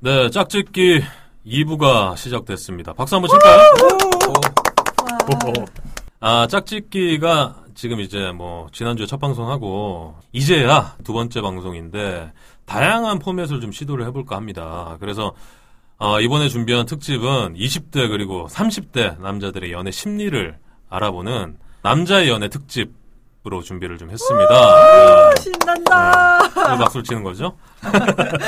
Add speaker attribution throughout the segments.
Speaker 1: 네, 짝짓기 2부가 시작됐습니다. 박수 한번 칠까요? 아, 짝짓기가 지금 이제 뭐, 지난주에 첫 방송하고, 이제야 두 번째 방송인데, 다양한 포맷을 좀 시도를 해볼까 합니다. 그래서, 아, 이번에 준비한 특집은 20대 그리고 30대 남자들의 연애 심리를 알아보는 남자의 연애 특집으로 준비를 좀 했습니다. 네.
Speaker 2: 신난다.
Speaker 1: 왜 박수를 치는 거죠?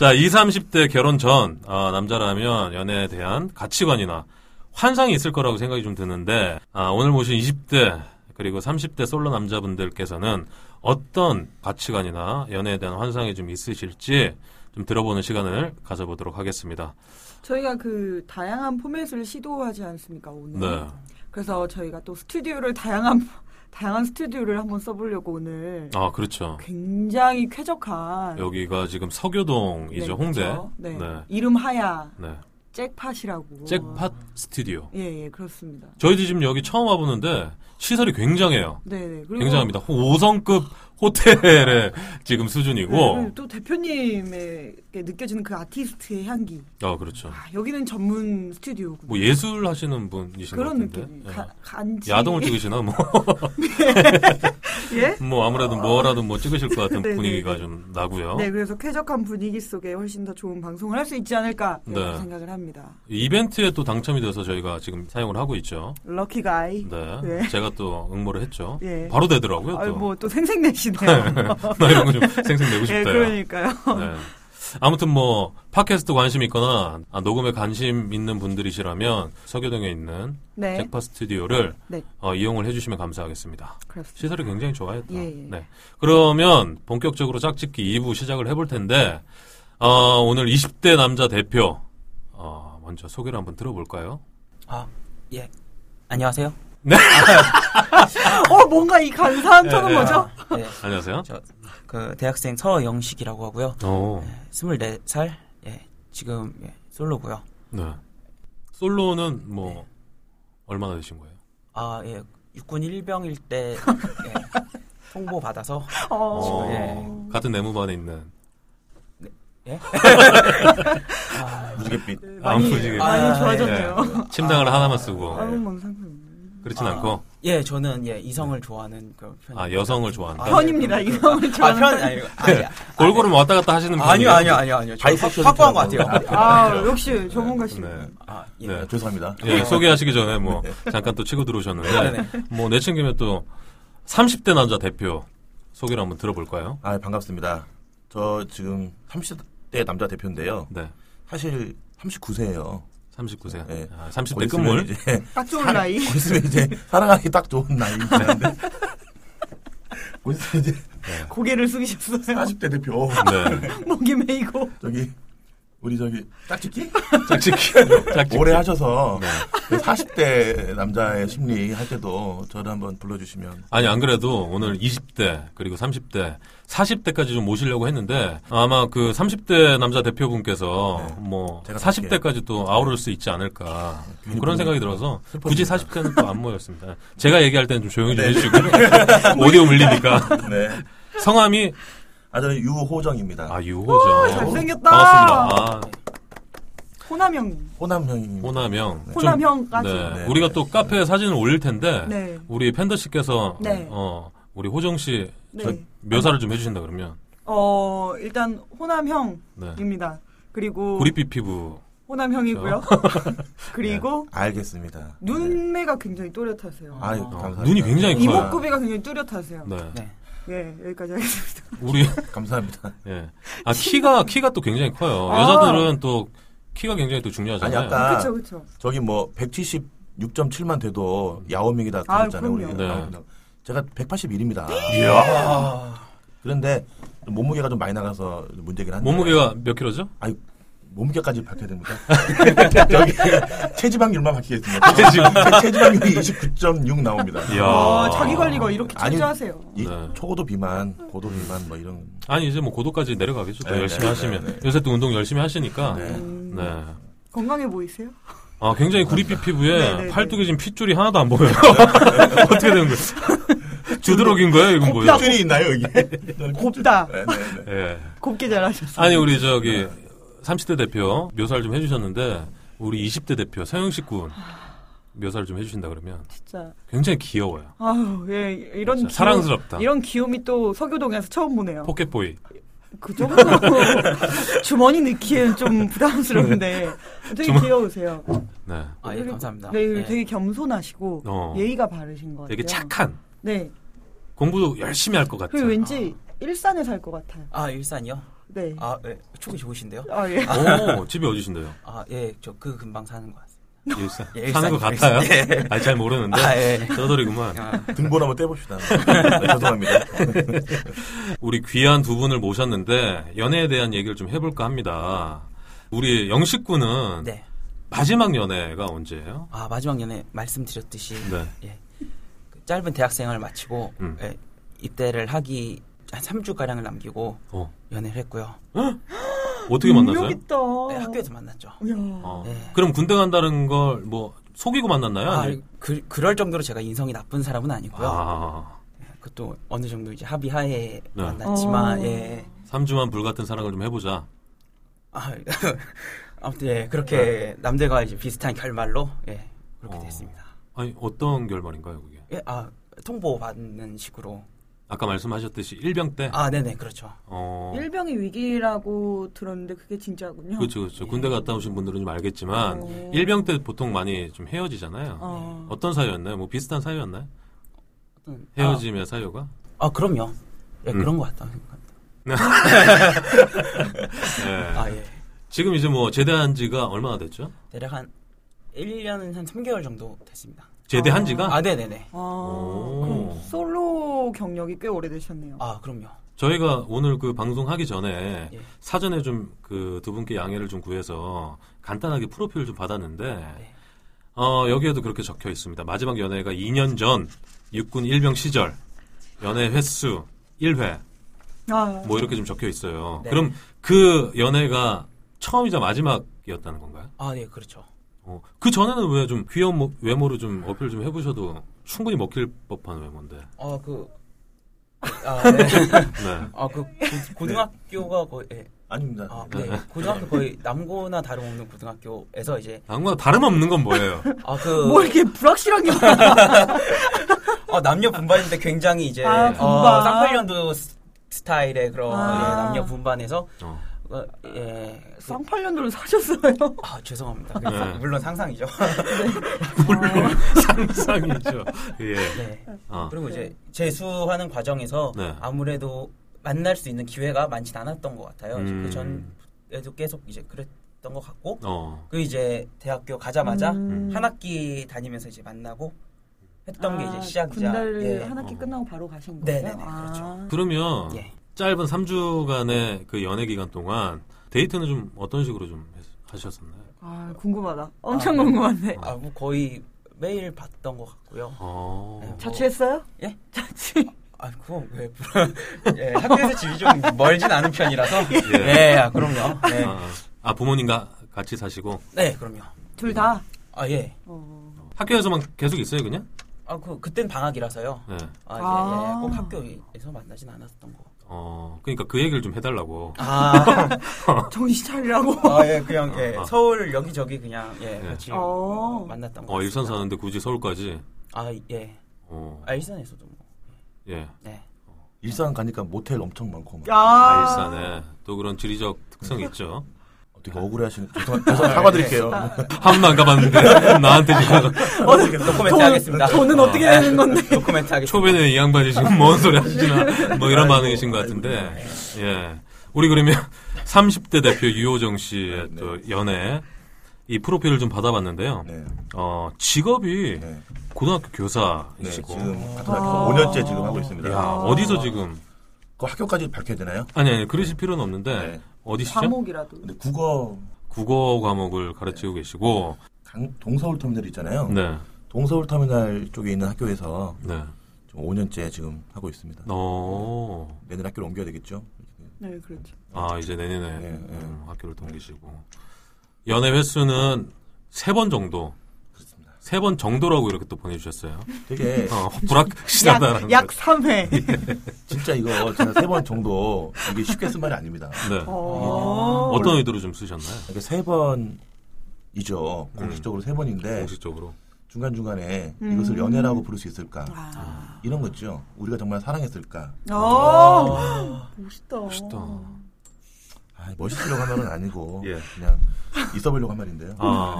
Speaker 1: 자, 20, 30대 결혼 전, 아, 남자라면 연애에 대한 가치관이나 환상이 있을 거라고 생각이 좀 드는데, 아, 오늘 모신 20대, 그리고 30대 솔로 남자분들께서는 어떤 가치관이나 연애에 대한 환상이 좀 있으실지 좀 들어보는 시간을 가져보도록 하겠습니다.
Speaker 2: 저희가 그 다양한 포맷을 시도하지 않습니까 오늘?
Speaker 1: 네.
Speaker 2: 그래서 저희가 또 스튜디오를 다양한 다양한 스튜디오를 한번 써보려고 오늘
Speaker 1: 아, 그렇죠.
Speaker 2: 굉장히 쾌적한
Speaker 1: 여기가 지금 서교동이죠,
Speaker 2: 네,
Speaker 1: 홍대.
Speaker 2: 그렇죠. 네.
Speaker 1: 네.
Speaker 2: 이름 하야
Speaker 1: 네.
Speaker 2: 잭팟이라고.
Speaker 1: 잭팟 스튜디오.
Speaker 2: 예, 예, 그렇습니다.
Speaker 1: 저희도 지금 여기 처음 와보는데 시설이 굉장해요.
Speaker 2: 네, 네. 그리고
Speaker 1: 굉장합니다. 5성급 호텔의 지금
Speaker 2: 네,
Speaker 1: 수준이고.
Speaker 2: 그리고 또 대표님에게 느껴지는 그 아티스트의 향기.
Speaker 1: 아, 그렇죠.
Speaker 2: 아, 여기는 전문 스튜디오고.
Speaker 1: 뭐 예술 하시는 분이신 것
Speaker 2: 그런
Speaker 1: 같은데.
Speaker 2: 느낌.
Speaker 1: 예.
Speaker 2: 가- 간지.
Speaker 1: 야동을 찍으시나 뭐,
Speaker 2: 예?
Speaker 1: 뭐 아무래도 뭐라도 뭐 찍으실 것 같은
Speaker 2: 네, 네,
Speaker 1: 분위기가
Speaker 2: 네.
Speaker 1: 좀 나고요.
Speaker 2: 네, 그래서 쾌적한 분위기 속에 훨씬 더 좋은 방송을 할 수 있지 않을까 이렇게
Speaker 1: 네.
Speaker 2: 생각을 합니다.
Speaker 1: 이벤트에 또 당첨이 돼서 저희가 지금 사용을 하고 있죠.
Speaker 2: 럭키 가이.
Speaker 1: 네.
Speaker 2: 네.
Speaker 1: 제가 또 응모를 했죠.
Speaker 2: 예.
Speaker 1: 음, 바로 되더라고요. 또.
Speaker 2: 아유 뭐또 생생내시네요.
Speaker 1: 나 이런 거 좀 생생내고
Speaker 2: 예,
Speaker 1: 싶다. 요
Speaker 2: 그러니까요.
Speaker 1: 네. 아무튼 뭐 팟캐스트 관심 있거나 아, 녹음에 관심 있는 분들이시라면 서교동에 있는
Speaker 2: 네,
Speaker 1: 잭파 스튜디오를
Speaker 2: 네.
Speaker 1: 어, 이용을 해주시면 감사하겠습니다.
Speaker 2: 그렇습니다.
Speaker 1: 시설이 굉장히 좋아했다.
Speaker 2: 예, 예.
Speaker 1: 네. 그러면 본격적으로 짝짓기 2부 시작을 해볼 텐데 어, 오늘 20대 남자 대표 어, 먼저 소개를 한번 들어볼까요?
Speaker 3: 아, 예. 안녕하세요.
Speaker 2: 어 뭔가 이 간사한 톤은
Speaker 1: 예, 예.
Speaker 2: 뭐죠?
Speaker 3: 예.
Speaker 1: 안녕하세요.
Speaker 3: 저, 그, 대학생 서영식이라고 하고요.
Speaker 1: 오,
Speaker 3: 24살, 예. 지금, 예, 솔로고요.
Speaker 1: 네. 솔로는 뭐
Speaker 2: 네.
Speaker 1: 얼마나 되신 거예요?
Speaker 3: 아, 예. 육군 일병일때 예, 통보 받아서
Speaker 2: 어.
Speaker 1: 어,
Speaker 3: 예.
Speaker 1: 같은 내무반에 있는
Speaker 4: 무지갯빛.
Speaker 2: 네,
Speaker 1: 안 예.
Speaker 2: 많이
Speaker 1: 부지게.
Speaker 2: 많이
Speaker 3: 아,
Speaker 2: 좋아졌네요.
Speaker 1: 침낭을 하나만 쓰고
Speaker 2: 아무 음. 아, 망상품.
Speaker 1: 그렇진 않고
Speaker 3: 예, 저는 예, 이성을 좋아하는 그 편이
Speaker 1: 아 여성을 좋아한다.
Speaker 3: 아,
Speaker 2: 편입니다. 네. 이성을
Speaker 3: 아, 편
Speaker 2: 좋아하는. 네.
Speaker 3: 아니 아니.
Speaker 1: 골고루 왔다 갔다 하시는 분이
Speaker 3: 아니요, 아니요, 아니요, 아니요. 저
Speaker 4: 바이섹슈얼
Speaker 3: 확- 확고한 것
Speaker 4: 편이라고.
Speaker 3: 같아요.
Speaker 2: 아, 역시 전문가시네.
Speaker 1: 예. 네.
Speaker 3: 아, 예.
Speaker 1: 네.
Speaker 4: 죄송합니다.
Speaker 1: 예, 소개하시기 전에 뭐
Speaker 4: 네.
Speaker 1: 잠깐 또 치고 들어오셨는데 뭐 내친김에 또 30대 남자 대표 소개를 한번 들어볼까요?
Speaker 4: 아 반갑습니다. 저 지금 30대 남자 대표인데요.
Speaker 1: 네.
Speaker 4: 사실 39세예요. 예.
Speaker 1: 39세.
Speaker 4: 네.
Speaker 1: 아, 30대 끝물.
Speaker 4: 이제
Speaker 2: 딱 좋은 나이.
Speaker 1: 네.
Speaker 4: 곧 있으면 이제 사랑하기 딱 좋은 나이인데 곧 있으면 이제
Speaker 2: 고개를 숙이셨어요.
Speaker 4: 40대 대표
Speaker 1: 네.
Speaker 2: 목이 메이고.
Speaker 4: 저기 우리 저기 짝짓기
Speaker 1: 짝짓기. 짝짓기.
Speaker 4: 오래 하셔서 그 40대 남자의 심리 할 때도 저를 한번 불러주시면
Speaker 1: 아니 안 그래도 오늘 20대 그리고 30대 40대까지 좀 모시려고 했는데 아마 그 30대 남자 대표분께서 뭐
Speaker 4: 네. 제가
Speaker 1: 40대까지 또 아우를 수 있지 않을까 뭐
Speaker 4: 괜히
Speaker 1: 그런
Speaker 4: 보면
Speaker 1: 생각이 들어서 굳이
Speaker 4: 슬퍼집니다.
Speaker 1: 40대는 또 안 모였습니다. 제가 얘기할 때는 좀 조용히 좀 해주시고 오디오 물리니까
Speaker 4: 네.
Speaker 1: 성함이
Speaker 4: 아 저는 유호정입니다.
Speaker 1: 아 유호죠.
Speaker 2: 잘생겼다.
Speaker 1: 반갑습니다. 아,
Speaker 2: 호남형.
Speaker 4: 호남형입니다.
Speaker 1: 호남형. 좀-
Speaker 2: 호남형까지.
Speaker 1: 네.
Speaker 4: 네.
Speaker 1: 우리가 또 카페에 사진을 올릴 텐데
Speaker 2: 네.
Speaker 1: 우리 팬더 씨께서
Speaker 2: 네.
Speaker 1: 어 우리 호정 씨
Speaker 2: 네.
Speaker 1: 저- 묘사를 좀 해주신다 그러면
Speaker 2: 어, 일단 호남형입니다.
Speaker 1: 네.
Speaker 2: 그리고
Speaker 1: 구릿빛 피부.
Speaker 2: 호남형이고요.
Speaker 1: 그렇죠.
Speaker 2: 그리고
Speaker 1: 네.
Speaker 4: 알겠습니다. 네.
Speaker 2: 눈매가 굉장히 또렷하세요.
Speaker 4: 아유,
Speaker 1: 어,
Speaker 4: 감사합니다.
Speaker 1: 눈이 굉장히 커요.
Speaker 2: 이목구비가 굉장히 뚜렷하세요.
Speaker 1: 네.
Speaker 3: 네.
Speaker 2: 예, 여기까지 하겠습니다.
Speaker 1: 우리
Speaker 4: 감사합니다.
Speaker 1: 예. 아 키가 키가 또 굉장히 커요.
Speaker 2: 아.
Speaker 1: 여자들은 또 키가 굉장히 또
Speaker 4: 아니
Speaker 1: 중요하잖아요.
Speaker 4: 아까
Speaker 2: 그쵸, 그쵸.
Speaker 4: 저기 뭐 176.7만 돼도 야오밍이다
Speaker 2: 아,
Speaker 4: 들었잖아요. 우리
Speaker 2: 그럼요.
Speaker 1: 네.
Speaker 4: 제가 181입니다.
Speaker 3: 이야.
Speaker 4: 그런데 몸무게가 좀 많이 나가서 문제긴 한데.
Speaker 1: 몸무게가 몇 킬로죠?
Speaker 4: 아니 몸무게까지 밝혀야 됩니까? 저기 체지방률만 밝히겠습니다. 그 체- 체지방률이 29.6 나옵니다.
Speaker 1: 아, 이야.
Speaker 2: 아, 자기 관리가 이렇게
Speaker 4: 아니,
Speaker 2: 철저하세요.
Speaker 4: 이
Speaker 1: 네.
Speaker 4: 초고도 비만, 고도 비만 뭐 이런
Speaker 1: 아니 이제 뭐 고도까지 내려가겠죠. 또
Speaker 4: 네,
Speaker 1: 열심히
Speaker 4: 네,
Speaker 1: 하시면
Speaker 4: 네, 네.
Speaker 1: 요새 또 운동 열심히 하시니까.
Speaker 4: 네.
Speaker 1: 네.
Speaker 2: 건강해 보이세요?
Speaker 1: 아 굉장히 구릿빛
Speaker 2: 네, 네,
Speaker 1: 피부에
Speaker 2: 네.
Speaker 1: 팔뚝에 지금 핏줄이 하나도 안 보여요. 어떻게 되는 거예요? 주드록인 거예요? 이건 뭐예요?
Speaker 4: 껍질이 있나요 이게?
Speaker 2: 곱다.
Speaker 4: 네, 네, 네.
Speaker 1: 예.
Speaker 2: 곱게 잘하셨어요.
Speaker 1: 아니 우리 저기 30대 대표 묘사를 좀 해주셨는데 우리 20대 대표 서영식 군 묘사를 좀 해주신다 그러면
Speaker 2: 진짜
Speaker 1: 굉장히 귀여워요.
Speaker 2: 아우 예 이런
Speaker 1: 진짜
Speaker 2: 귀여운-
Speaker 1: 사랑스럽다.
Speaker 2: 이런 귀요미 또 서교동에서 처음 보네요.
Speaker 1: 포켓보이.
Speaker 2: 그 정도 주머니 넣기엔 좀 부담스러운데 되게
Speaker 1: 네. 주머-
Speaker 2: 귀여우세요.
Speaker 1: 네.
Speaker 3: 아, 예,
Speaker 2: 그리고-
Speaker 3: 감사합니다.
Speaker 2: 네,
Speaker 3: 예.
Speaker 2: 되게 겸손하시고
Speaker 1: 어.
Speaker 2: 예의가 바르신 것 같아요.
Speaker 1: 되게 착한.
Speaker 2: 네.
Speaker 1: 공부도 열심히 할 것 같아요.
Speaker 2: 그리고 왠지 일산에 살 것 같아요.
Speaker 3: 아, 일산이요?
Speaker 2: 네. 아,
Speaker 3: 아, 예. 축이 좋으신데요?
Speaker 2: 예.
Speaker 1: 오, 집이 어디신데요?
Speaker 3: 아, 예. 저 그 근방 사는 것 같습니다.
Speaker 1: 일산.
Speaker 3: 예, 일산,
Speaker 1: 사는 것
Speaker 3: 일산.
Speaker 1: 같아요?
Speaker 3: 예.
Speaker 1: 아니, 잘 모르는데.
Speaker 3: 아, 예.
Speaker 1: 네. 떠돌이구만.
Speaker 3: 아,
Speaker 4: 등본 한번 떼봅시다. 죄송합니다.
Speaker 1: 우리 귀한 두 분을 모셨는데 연애에 대한 얘기를 좀 해볼까 합니다. 우리 영식 군은
Speaker 3: 네.
Speaker 1: 마지막 연애가 언제예요?
Speaker 3: 아, 마지막 연애 말씀드렸듯이
Speaker 1: 네.
Speaker 3: 예. 그 짧은 대학 생활을 마치고
Speaker 1: 음.
Speaker 3: 예. 입대를 하기 한 3주 가량을 남기고
Speaker 1: 어.
Speaker 3: 연애를 했고요.
Speaker 1: 어떻게 만났어요?
Speaker 2: 있다.
Speaker 3: 네, 학교에서 만났죠.
Speaker 2: 이야.
Speaker 1: 어.
Speaker 3: 네.
Speaker 1: 그럼 군대 간다는 걸 뭐 속이고 만났나요?
Speaker 3: 아,
Speaker 1: 아니-
Speaker 3: 그, 그럴 정도로 제가 인성이 나쁜 사람은 아니고요. 예,
Speaker 1: 아,
Speaker 3: 그것도 어느 정도 이제 합의하에
Speaker 1: 네.
Speaker 3: 만났지만
Speaker 2: 어.
Speaker 3: 예.
Speaker 1: 3주만 불 같은 사랑을 좀 해보자.
Speaker 3: 아, 아무튼 예, 그렇게 남들과 이제 비슷한 결말로 예, 그렇게
Speaker 1: 네. 어.
Speaker 3: 됐습니다.
Speaker 1: 아니 어떤 결말인가요, 그게?
Speaker 3: 예, 아 통보 받는 식으로.
Speaker 1: 아까 말씀하셨듯이 일병 때.
Speaker 3: 아, 네네 그렇죠.
Speaker 1: 어.
Speaker 2: 일병이 위기라고 들었는데 그게 진짜군요.
Speaker 1: 그렇죠, 그렇죠.
Speaker 3: 네.
Speaker 1: 군대 갔다 오신 분들은 좀 알겠지만
Speaker 2: 어.
Speaker 1: 일병 때 보통 많이 좀 헤어지잖아요.
Speaker 2: 어.
Speaker 1: 어떤 사유였나요? 뭐 비슷한 사유였나요?
Speaker 3: 아. 어떤-
Speaker 1: 헤어짐의 사유가?
Speaker 3: 아, 아, 그럼요. 예,
Speaker 1: 음.
Speaker 3: 그런 것 같다. 생각합니다.
Speaker 1: 네.
Speaker 3: 아 예.
Speaker 1: 지금 이제 뭐 제대한 지가 얼마나 됐죠?
Speaker 3: 대략 한 1년은 한 3개월 정도 됐습니다.
Speaker 1: 제대한
Speaker 2: 아.
Speaker 1: 지가
Speaker 3: 아, 네네네.
Speaker 2: 아,
Speaker 1: 오.
Speaker 2: 그럼 솔로 경력이 꽤 오래되셨네요.
Speaker 3: 아, 그럼요.
Speaker 1: 저희가 오늘 그 방송하기 전에
Speaker 3: 예.
Speaker 1: 사전에 좀 그 두 분께 양해를 좀 구해서 간단하게 프로필 좀 받았는데
Speaker 3: 네.
Speaker 1: 어, 여기에도 그렇게 적혀 있습니다. 마지막 연애가 2년 전 육군 일병 시절 연애 횟수 1회
Speaker 2: 아,
Speaker 1: 뭐 이렇게 좀 적혀 있어요.
Speaker 3: 네.
Speaker 1: 그럼 그 연애가 처음이자 마지막이었다는 건가요?
Speaker 3: 아, 네, 그렇죠.
Speaker 1: 어, 그 전에는 왜 좀 귀여운 모- 외모로 좀 어필 좀 해보셔도 충분히 먹힐 법한 외모인데.
Speaker 3: 아, 그 아, 네.
Speaker 1: 네.
Speaker 3: 아, 그 고- 고등학교가 거의 예.
Speaker 4: 아닙니다.
Speaker 3: 아, 네. 고등학교 거의 남고나 다름없는 고등학교에서 이제
Speaker 1: 악마 다름없는 건 뭐예요?
Speaker 3: 아그
Speaker 1: 어.
Speaker 2: 뭐 이렇게 불확실한 게 많아.
Speaker 3: 어, 남녀 분반인데 굉장히 이제
Speaker 2: 아, 분반.
Speaker 3: 어, 쌍팔년도 스- 스타일의 그런
Speaker 2: 아.
Speaker 3: 예, 남녀 분반에서
Speaker 1: 어.
Speaker 3: 어, 예. 그-
Speaker 2: 쌍팔년도를 사셨어요.
Speaker 3: 아 죄송합니다. 그-
Speaker 1: 네.
Speaker 3: 물론 상상이죠.
Speaker 1: 상이죠. 예.
Speaker 3: 네.
Speaker 1: 어.
Speaker 3: 그리고 이제 재수하는 과정에서
Speaker 1: 네.
Speaker 3: 아무래도 만날 수 있는 기회가 많진 않았던 것 같아요.
Speaker 1: 음.
Speaker 3: 그 전에도 계속 이제 그랬던 것 같고
Speaker 1: 어.
Speaker 3: 그 이제 대학교 가자마자
Speaker 2: 음.
Speaker 3: 한 학기 다니면서 이제 만나고 했던 게
Speaker 2: 아,
Speaker 3: 이제 시작이자
Speaker 2: 군대를
Speaker 3: 예.
Speaker 2: 한 학기
Speaker 1: 어.
Speaker 2: 끝나고 바로 가신 거예요? 아,
Speaker 3: 네네네, 그렇죠.
Speaker 1: 그러면
Speaker 3: 예.
Speaker 1: 짧은 3주간의 그 연애 기간 동안 데이트는 좀 어떤 식으로 좀 했- 하셨었나요?
Speaker 2: 아, 궁금하다. 엄청
Speaker 3: 아, 네.
Speaker 2: 궁금한데.
Speaker 3: 아, 뭐 거의 매일 봤던 것 같고요.
Speaker 1: 어.
Speaker 3: 네.
Speaker 2: 자취했어요?
Speaker 3: 예?
Speaker 2: 자취.
Speaker 3: 아, 그건 왜 불안? 예, 학교에서 집이 좀 멀진 않은 편이라서.
Speaker 1: 예.
Speaker 3: 예, 아, 그럼요. 네.
Speaker 1: 아, 아, 부모님과 같이 사시고
Speaker 3: 네, 그럼요.
Speaker 2: 둘 다.
Speaker 3: 아, 예.
Speaker 2: 어.
Speaker 1: 학교에서만 계속 있어요, 그냥?
Speaker 3: 아, 그 그땐 방학이라서요.
Speaker 1: 네.
Speaker 3: 아,
Speaker 2: 아.
Speaker 3: 예, 예. 꼭 학교에서 만나진 않았던 거.
Speaker 1: 어. 그러니까 그 얘기를 좀 해달라고.
Speaker 3: 아,
Speaker 1: 어.
Speaker 2: 정신 차리라고.
Speaker 3: 아, 예, 그냥 예,
Speaker 1: 아.
Speaker 3: 서울 여기저기 그냥 예,
Speaker 1: 예.
Speaker 3: 같이
Speaker 2: 어.
Speaker 3: 만났던 거.
Speaker 1: 어, 일산 사는데 굳이 서울까지.
Speaker 3: 아, 예.
Speaker 1: 어.
Speaker 3: 아, 일산에서도 뭐.
Speaker 1: 예.
Speaker 3: 네.
Speaker 4: 일산 가니까 모텔 엄청 많고 막
Speaker 1: 아,
Speaker 2: 야.
Speaker 1: 일산에 또 그런 지리적 특성 이 있죠.
Speaker 4: 되게 억울해하시는 죄송
Speaker 1: 아,
Speaker 4: 죄송 사과드릴게요.
Speaker 1: 한 번도 안 가봤는데 나한테 지금
Speaker 3: 노코멘트 하겠습니다.
Speaker 2: 어, 돈은 어떻게 내는 건데?
Speaker 3: 노코멘트 하겠습니다.
Speaker 1: 초면에 이 양반이 지금 뭔 소리 하시나 뭐 이런 반응이신 것 같은데 예 우리 그러면 30대 대표 유호정 씨의 또 연애 이 프로필을 좀 받아봤는데요
Speaker 4: 네,
Speaker 1: 어 직업이
Speaker 4: 네,
Speaker 1: 고등학교
Speaker 4: 네
Speaker 1: 교사이시고 아.
Speaker 4: 지금 같은 학교 5년째 지금 하고 있습니다.
Speaker 1: 야 어디서 지금
Speaker 4: 그 학교까지 밝혀야 되나요?
Speaker 1: 아니 아니 그러실 필요는 없는데
Speaker 4: 네.
Speaker 1: 어디시죠 네.
Speaker 2: 과목이라도.
Speaker 4: 근데 국어
Speaker 1: 국어 과목을 가르치고
Speaker 4: 네.
Speaker 1: 계시고
Speaker 4: 강, 동서울 터미널 있잖아요.
Speaker 1: 네네
Speaker 4: 동서울 터미널 쪽에 있는 학교에서
Speaker 1: 네.
Speaker 4: 지금 5년째 지금 하고 있습니다.
Speaker 1: 어.
Speaker 4: 내년 학교를 옮겨야 되겠죠?
Speaker 2: 네, 그렇죠.
Speaker 1: 아 이제 내년에
Speaker 4: 네, 네.
Speaker 1: 음, 학교를 옮기시고 연애 횟수는 세 번 정도
Speaker 4: 그렇습니다.
Speaker 1: 세 번 정도라고 이렇게 또 보내주셨어요.
Speaker 4: 되게
Speaker 1: 어,
Speaker 2: 약,
Speaker 1: 불확실하다라는.
Speaker 2: 약
Speaker 1: 거.
Speaker 2: 3회.
Speaker 4: 진짜 이거 제가 세 번 정도 이게 쉽게 쓴 말이 아닙니다.
Speaker 1: 네.
Speaker 2: 어.
Speaker 1: 아. 어떤 의도로 좀 쓰셨나요?
Speaker 4: 이게 세 번이죠. 공식적으로 세 번인데
Speaker 1: 공식적으로.
Speaker 4: 중간 중간에
Speaker 2: 음.
Speaker 4: 이것을 연애라고 부를 수 있을까
Speaker 2: 아.
Speaker 4: 이런 거죠. 우리가 정말 사랑했을까.
Speaker 2: 어. 멋있다.
Speaker 1: 멋있다.
Speaker 4: 아, 멋있으려고 한 말은 아니고
Speaker 1: 예.
Speaker 4: 그냥 있어 보려고 한 말인데요.
Speaker 1: 아,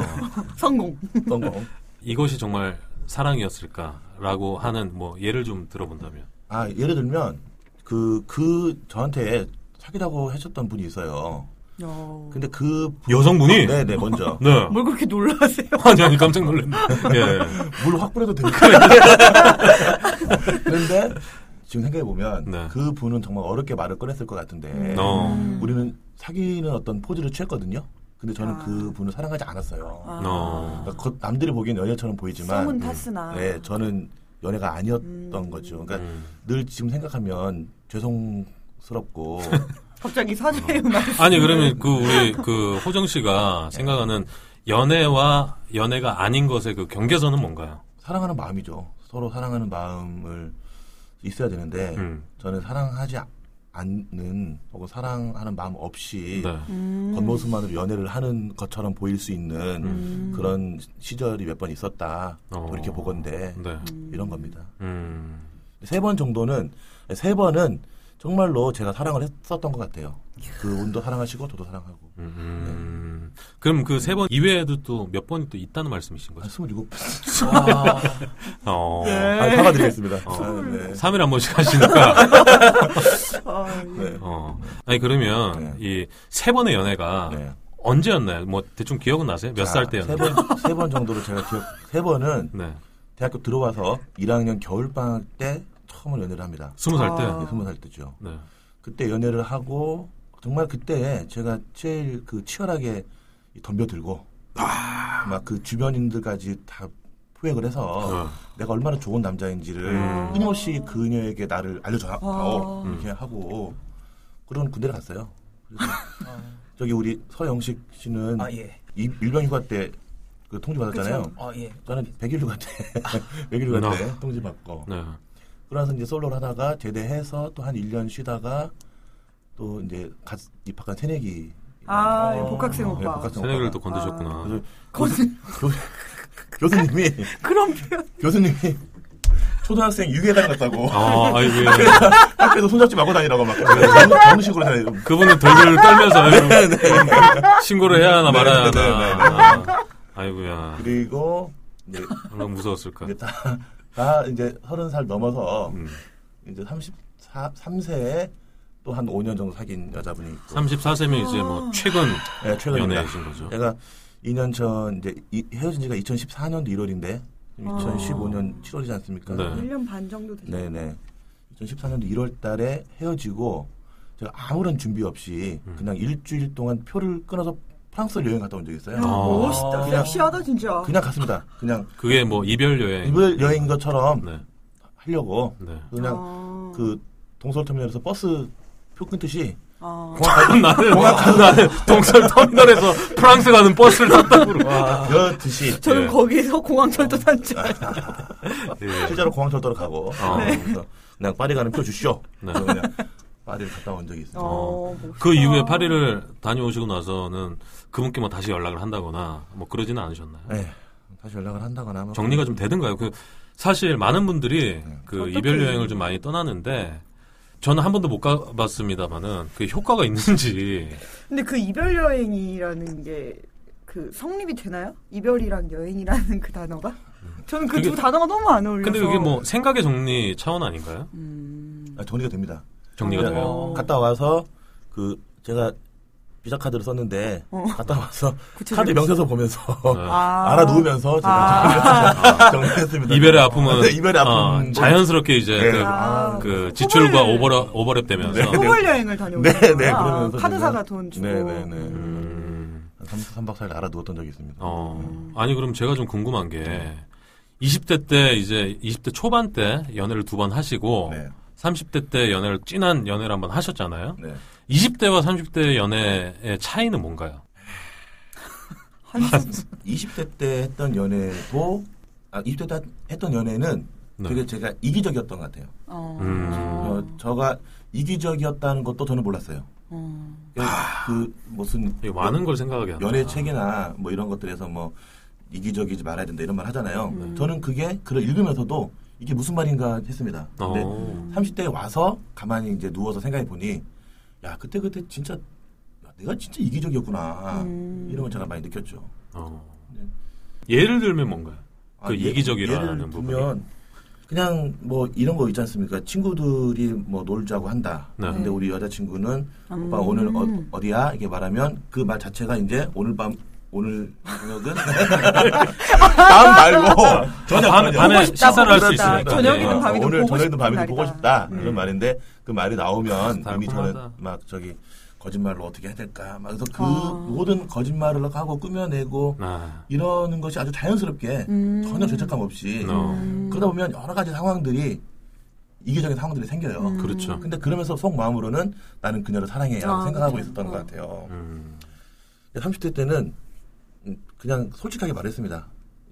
Speaker 2: 성공.
Speaker 4: 어떤 거?
Speaker 1: 이것이 정말 사랑이었을까라고 하는 뭐 예를 좀 들어본다면.
Speaker 4: 아 예를 들면 그 그 저한테 사귀라고 하셨던 분이 있어요.
Speaker 2: 어.
Speaker 4: 근데 그
Speaker 1: 여성분이? 네.
Speaker 4: 네네 먼저
Speaker 2: 뭘 그렇게 놀라세요?
Speaker 1: 아니, 아니, 깜짝 놀랐네. 예.
Speaker 4: 물 확 뿌려도 되니까. 그런데 지금 생각해 보면
Speaker 1: 네.
Speaker 4: 그 분은 정말 어렵게 말을 꺼냈을 것 같은데
Speaker 1: 어.
Speaker 2: 음.
Speaker 4: 우리는 사귀는 어떤 포즈를 취했거든요. 근데 저는
Speaker 2: 아.
Speaker 4: 그 분을 사랑하지 않았어요.
Speaker 2: 아.
Speaker 1: 어.
Speaker 4: 그러니까 겉- 남들이 보기엔 연애처럼 보이지만
Speaker 2: 썸은 탔으나.
Speaker 4: 네, 저는 연애가 아니었던 거죠. 그러니까
Speaker 1: 음.
Speaker 4: 늘 지금 생각하면 죄송스럽고
Speaker 2: 갑자기 사죄의 말씀.
Speaker 1: 아니, 그러면 그 우리 그 호정 씨가 생각하는 연애와 연애가 아닌 것의 그 경계선은 뭔가요?
Speaker 4: 사랑하는 마음이죠. 서로 사랑하는 마음을 있어야 되는데
Speaker 1: 음.
Speaker 4: 저는 사랑하지 아- 않는 혹은 사랑하는 마음 없이
Speaker 1: 네.
Speaker 2: 음.
Speaker 4: 겉모습만으로 연애를 하는 것처럼 보일 수 있는
Speaker 2: 음.
Speaker 4: 그런 시절이 몇 번 있었다. 뭐
Speaker 1: 어.
Speaker 4: 이렇게 보건데
Speaker 1: 네.
Speaker 4: 이런 겁니다.
Speaker 1: 음.
Speaker 4: 세 번 정도는 세 번은 정말로 제가 사랑을 했었던 것 같아요. 그분도 사랑하시고 저도 사랑하고.
Speaker 1: 음, 음.
Speaker 4: 네.
Speaker 1: 그럼 그 세 번 이외에도 또 몇 번이 또 있다는 말씀이신
Speaker 4: 아,
Speaker 1: 거죠?
Speaker 4: 27.
Speaker 1: 어.
Speaker 2: 네.
Speaker 4: 아, 사과드리겠습니다.
Speaker 1: 어.
Speaker 4: 아, 네.
Speaker 1: 3일 한 번씩 하시니까.
Speaker 2: 아, 예.
Speaker 4: 네.
Speaker 1: 어. 아니, 그러면 이 세 번의 연애가
Speaker 4: 네.
Speaker 1: 언제였나요? 뭐 대충 기억은 나세요? 몇 살 때였나요?
Speaker 4: 세번세 번 정도로 제가 기억. 세 번은
Speaker 1: 네.
Speaker 4: 대학교 들어와서 1학년 겨울 방학 때 처음으로 연애를 합니다.
Speaker 1: 스무 살 때.
Speaker 2: 아.
Speaker 4: 네, 20살 때죠.
Speaker 1: 네.
Speaker 4: 그때 연애를 하고 정말 그때 제가 제일 그 치열하게 덤벼들고 막 그 주변인들까지 다 포획을 해서
Speaker 1: 어.
Speaker 4: 내가 얼마나 좋은 남자인지를
Speaker 1: 음.
Speaker 4: 끊임없이 그녀에게 나를 알려줘
Speaker 2: 아.
Speaker 4: 이렇게 하고 그런 군대를 갔어요. 그래서
Speaker 2: 아.
Speaker 4: 저기 우리 서영식 씨는
Speaker 3: 아 예.
Speaker 4: 이- 일병 휴가 때 그 통지 받았잖아요.
Speaker 2: 그쵸.
Speaker 3: 아 예.
Speaker 4: 저는 100일 휴가 때 100일 휴가 때 통지 받고
Speaker 1: 네.
Speaker 4: 그러면서 이제 솔로를 하다가 제대해서 또 한 1년 쉬다가 또 이제 갓 입학한 새내기.
Speaker 2: 아,
Speaker 3: 어.
Speaker 2: 복학생
Speaker 4: 네,
Speaker 2: 오빠.
Speaker 4: 복학생
Speaker 1: 새내기를 또
Speaker 4: 오빠가.
Speaker 1: 아. 건드셨구나.
Speaker 4: 아, 그래서
Speaker 2: 거짓.
Speaker 4: 교, 교수님이
Speaker 2: 그런 표현.
Speaker 4: 교수님이 초등학생 유괴당 같다고
Speaker 1: 아, 네. 아이 왜
Speaker 4: 학교에서 손잡지 마고 다니라고 막 그런 그런 식으로 다니고
Speaker 1: 그분은 덜덜 떨면서 아유, 신고를 해야 하나 말아야 하나.
Speaker 4: 네, 네, 네, 네.
Speaker 1: 아, 아이고야.
Speaker 4: 그리고 이제,
Speaker 1: 얼마나 무서웠을까.
Speaker 4: 이제 다, 다 이제 서른 살 넘어서
Speaker 1: 아. 음.
Speaker 4: 이제 34, 3세에 또 한 5년 정도 사귄 여자분이 있고
Speaker 1: 34세면 이제 뭐 최근
Speaker 4: 네, 최근입니다.
Speaker 1: 연애이신 거죠.
Speaker 4: 내가 2년 전 이제 이- 헤어진 지가 2014년도 1월인데 2015년 7월이지 않습니까?
Speaker 1: 네.
Speaker 2: 1년 반 정도 됐죠.
Speaker 4: 네, 네. 2014년도 1월 달에 헤어지고 제가 아무런 준비 없이
Speaker 1: 음.
Speaker 4: 그냥 일주일 동안 표를 끊어서 프랑스 여행 갔다 온 적이 있어요.
Speaker 2: 야,
Speaker 1: 아.
Speaker 2: 멋있다.
Speaker 4: 네. 아. 그냥-
Speaker 2: 섹시하다, 진짜.
Speaker 4: 그냥 갔습니다. 그냥
Speaker 1: 그게 뭐 이별 여행.
Speaker 4: 이별 여행인 것처럼
Speaker 1: 네.
Speaker 4: 하려고
Speaker 1: 네.
Speaker 4: 그냥
Speaker 2: 아.
Speaker 4: 그 동서울터미널에서 버스 표 끊듯이
Speaker 2: 아.
Speaker 1: 나는 나는 동설 터미널에서 프랑스 가는 버스를 탔다고. 그러고.
Speaker 4: 여듯이
Speaker 2: 저는
Speaker 1: 예.
Speaker 2: 거기서 공항철도 탄 줄 알았어요.
Speaker 1: 예.
Speaker 4: 실제로 공항철도로 가고
Speaker 1: 아. 네.
Speaker 4: 그래서 그냥 파리 가는 표 주시오.
Speaker 1: 네.
Speaker 4: 그래서 그냥 파리를 갔다 온 적이 있어요.
Speaker 1: 어.
Speaker 2: 어, 멋있다.
Speaker 1: 그 이후에 파리를 다녀오시고 나서는 그분께 뭐 다시 연락을 한다거나 뭐 그러지는 않으셨나요?
Speaker 4: 네. 다시 연락을 한다거나 뭐
Speaker 1: 정리가 좀 되든가요? 그 사실 많은 분들이
Speaker 4: 네.
Speaker 1: 그
Speaker 2: 어떻게
Speaker 1: 이별 여행을 좀 많이 떠나는데 저는 한 번도 못 가봤습니다만은 그 효과가 있는지
Speaker 2: 근데 그 이별 여행이라는 게 그 성립이 되나요? 이별이랑 여행이라는 그 단어가? 저는 그 두
Speaker 1: 그게-
Speaker 2: 단어가 너무 안 어울려서.
Speaker 1: 근데 그게 뭐 생각의 정리 차원 아닌가요?
Speaker 2: 음.
Speaker 4: 아, 정리가 됩니다.
Speaker 1: 정리가
Speaker 4: 그냥
Speaker 1: 돼요.
Speaker 2: 어.
Speaker 4: 갔다 와서 그 제가 비자 카드를 썼는데
Speaker 2: 어.
Speaker 4: 갔다 와서
Speaker 2: 구체적인-
Speaker 4: 카드 명세서 보면서
Speaker 1: 네.
Speaker 2: 아.
Speaker 4: 알아놓으면서 제가 정리했습니다.
Speaker 1: 이별의 아픔은,
Speaker 4: 네, 이별의 아픔
Speaker 1: 어, 자연스럽게 이제
Speaker 4: 네.
Speaker 1: 그,
Speaker 2: 아.
Speaker 1: 그 지출과 네, 오버랩,
Speaker 2: 후벌-
Speaker 1: 오버랩 되면서
Speaker 2: 소월 여행을 다녀오셨구나.
Speaker 4: 네, 네, 그러면서
Speaker 2: 아, 카드사가
Speaker 4: 제가-
Speaker 2: 돈 주고.
Speaker 4: 네네네. 음.
Speaker 1: 음,
Speaker 4: 3박 4일 알아두었던 적이 있습니다.
Speaker 1: 어. 아니 그럼 제가 좀 궁금한 게 20대 때 이제 20대 초반 때 연애를 두 번 하시고
Speaker 4: 네.
Speaker 1: 30대 때 연애를 진한 연애를 한 번 하셨잖아요.
Speaker 4: 네.
Speaker 1: 20대와 30대의 연애의 차이는 뭔가요?
Speaker 2: 한숨.
Speaker 4: 20대 때 했던 연애도 아, 20대 때 했던 연애는
Speaker 1: 네.
Speaker 4: 되게 제가 이기적이었던 것 같아요.
Speaker 2: 어.
Speaker 1: 음.
Speaker 4: 어, 저가 이기적이었다는 것도 저는 몰랐어요.
Speaker 2: 어.
Speaker 4: 그 무슨
Speaker 1: 아. 이거 많은 걸 생각하게 한다.
Speaker 4: 연애 책이나 뭐 이런 것들에서 뭐 이기적이지 말아야 된다 이런 말 하잖아요.
Speaker 1: 네.
Speaker 4: 저는 그게 글을 읽으면서도 이게 무슨 말인가 했습니다. 근데
Speaker 1: 어.
Speaker 4: 30대에 와서 가만히 이제 누워서 생각해 보니 야 그때 그때 진짜 야, 내가 진짜 이기적이었구나
Speaker 2: 음.
Speaker 4: 이런 걸 제가 많이 느꼈죠.
Speaker 1: 어.
Speaker 4: 네.
Speaker 1: 예를 들면 뭔가요?
Speaker 4: 아,
Speaker 1: 그
Speaker 4: 예-
Speaker 1: 이기적이라는
Speaker 4: 예를
Speaker 1: 부분이.
Speaker 4: 들면 그냥 뭐 이런 거 있지 않습니까? 친구들이 뭐 놀자고 한다.
Speaker 1: 네.
Speaker 4: 근데 우리 여자친구는
Speaker 2: 음.
Speaker 4: 오빠 오늘 어, 디야 이렇게 말하면 그 말 자체가 이제 오늘 밤 오늘 저녁은 밤 말고 저녁
Speaker 1: 밤-
Speaker 4: 저녁.
Speaker 1: 밤에
Speaker 2: 보고 싶다,
Speaker 1: 시사를 할 수
Speaker 2: 보고 싶다.
Speaker 1: 있으니까.
Speaker 2: 저녁이든
Speaker 1: 네.
Speaker 2: 밤- 밤이든
Speaker 4: 오늘
Speaker 2: 보고
Speaker 4: 저녁이든
Speaker 2: 싶은
Speaker 4: 밤이든 보고
Speaker 2: 날이다.
Speaker 4: 싶다
Speaker 2: 음.
Speaker 4: 이런 말인데 그 말이 나오면 이미
Speaker 1: 아, 달콤하다.
Speaker 4: 저는 막 저기 거짓말로 어떻게 해야 될까 막 그래서 그
Speaker 2: 아.
Speaker 4: 모든 거짓말을 하고 꾸며내고
Speaker 1: 아.
Speaker 4: 이러는 것이 아주 자연스럽게
Speaker 2: 음.
Speaker 4: 전혀 죄책감 없이
Speaker 1: 어.
Speaker 4: 그러다 보면 여러 가지 상황들이 이기적인 상황들이 생겨요.
Speaker 1: 그렇죠.
Speaker 4: 근데 그러면서 속마음으로는 나는 그녀를 사랑해 라고
Speaker 2: 음. 아,
Speaker 4: 생각하고
Speaker 2: 그렇죠.
Speaker 4: 있었던
Speaker 2: 어.
Speaker 4: 것 같아요.
Speaker 1: 음.
Speaker 4: 30대 때는 음, 그냥 솔직하게 말했습니다.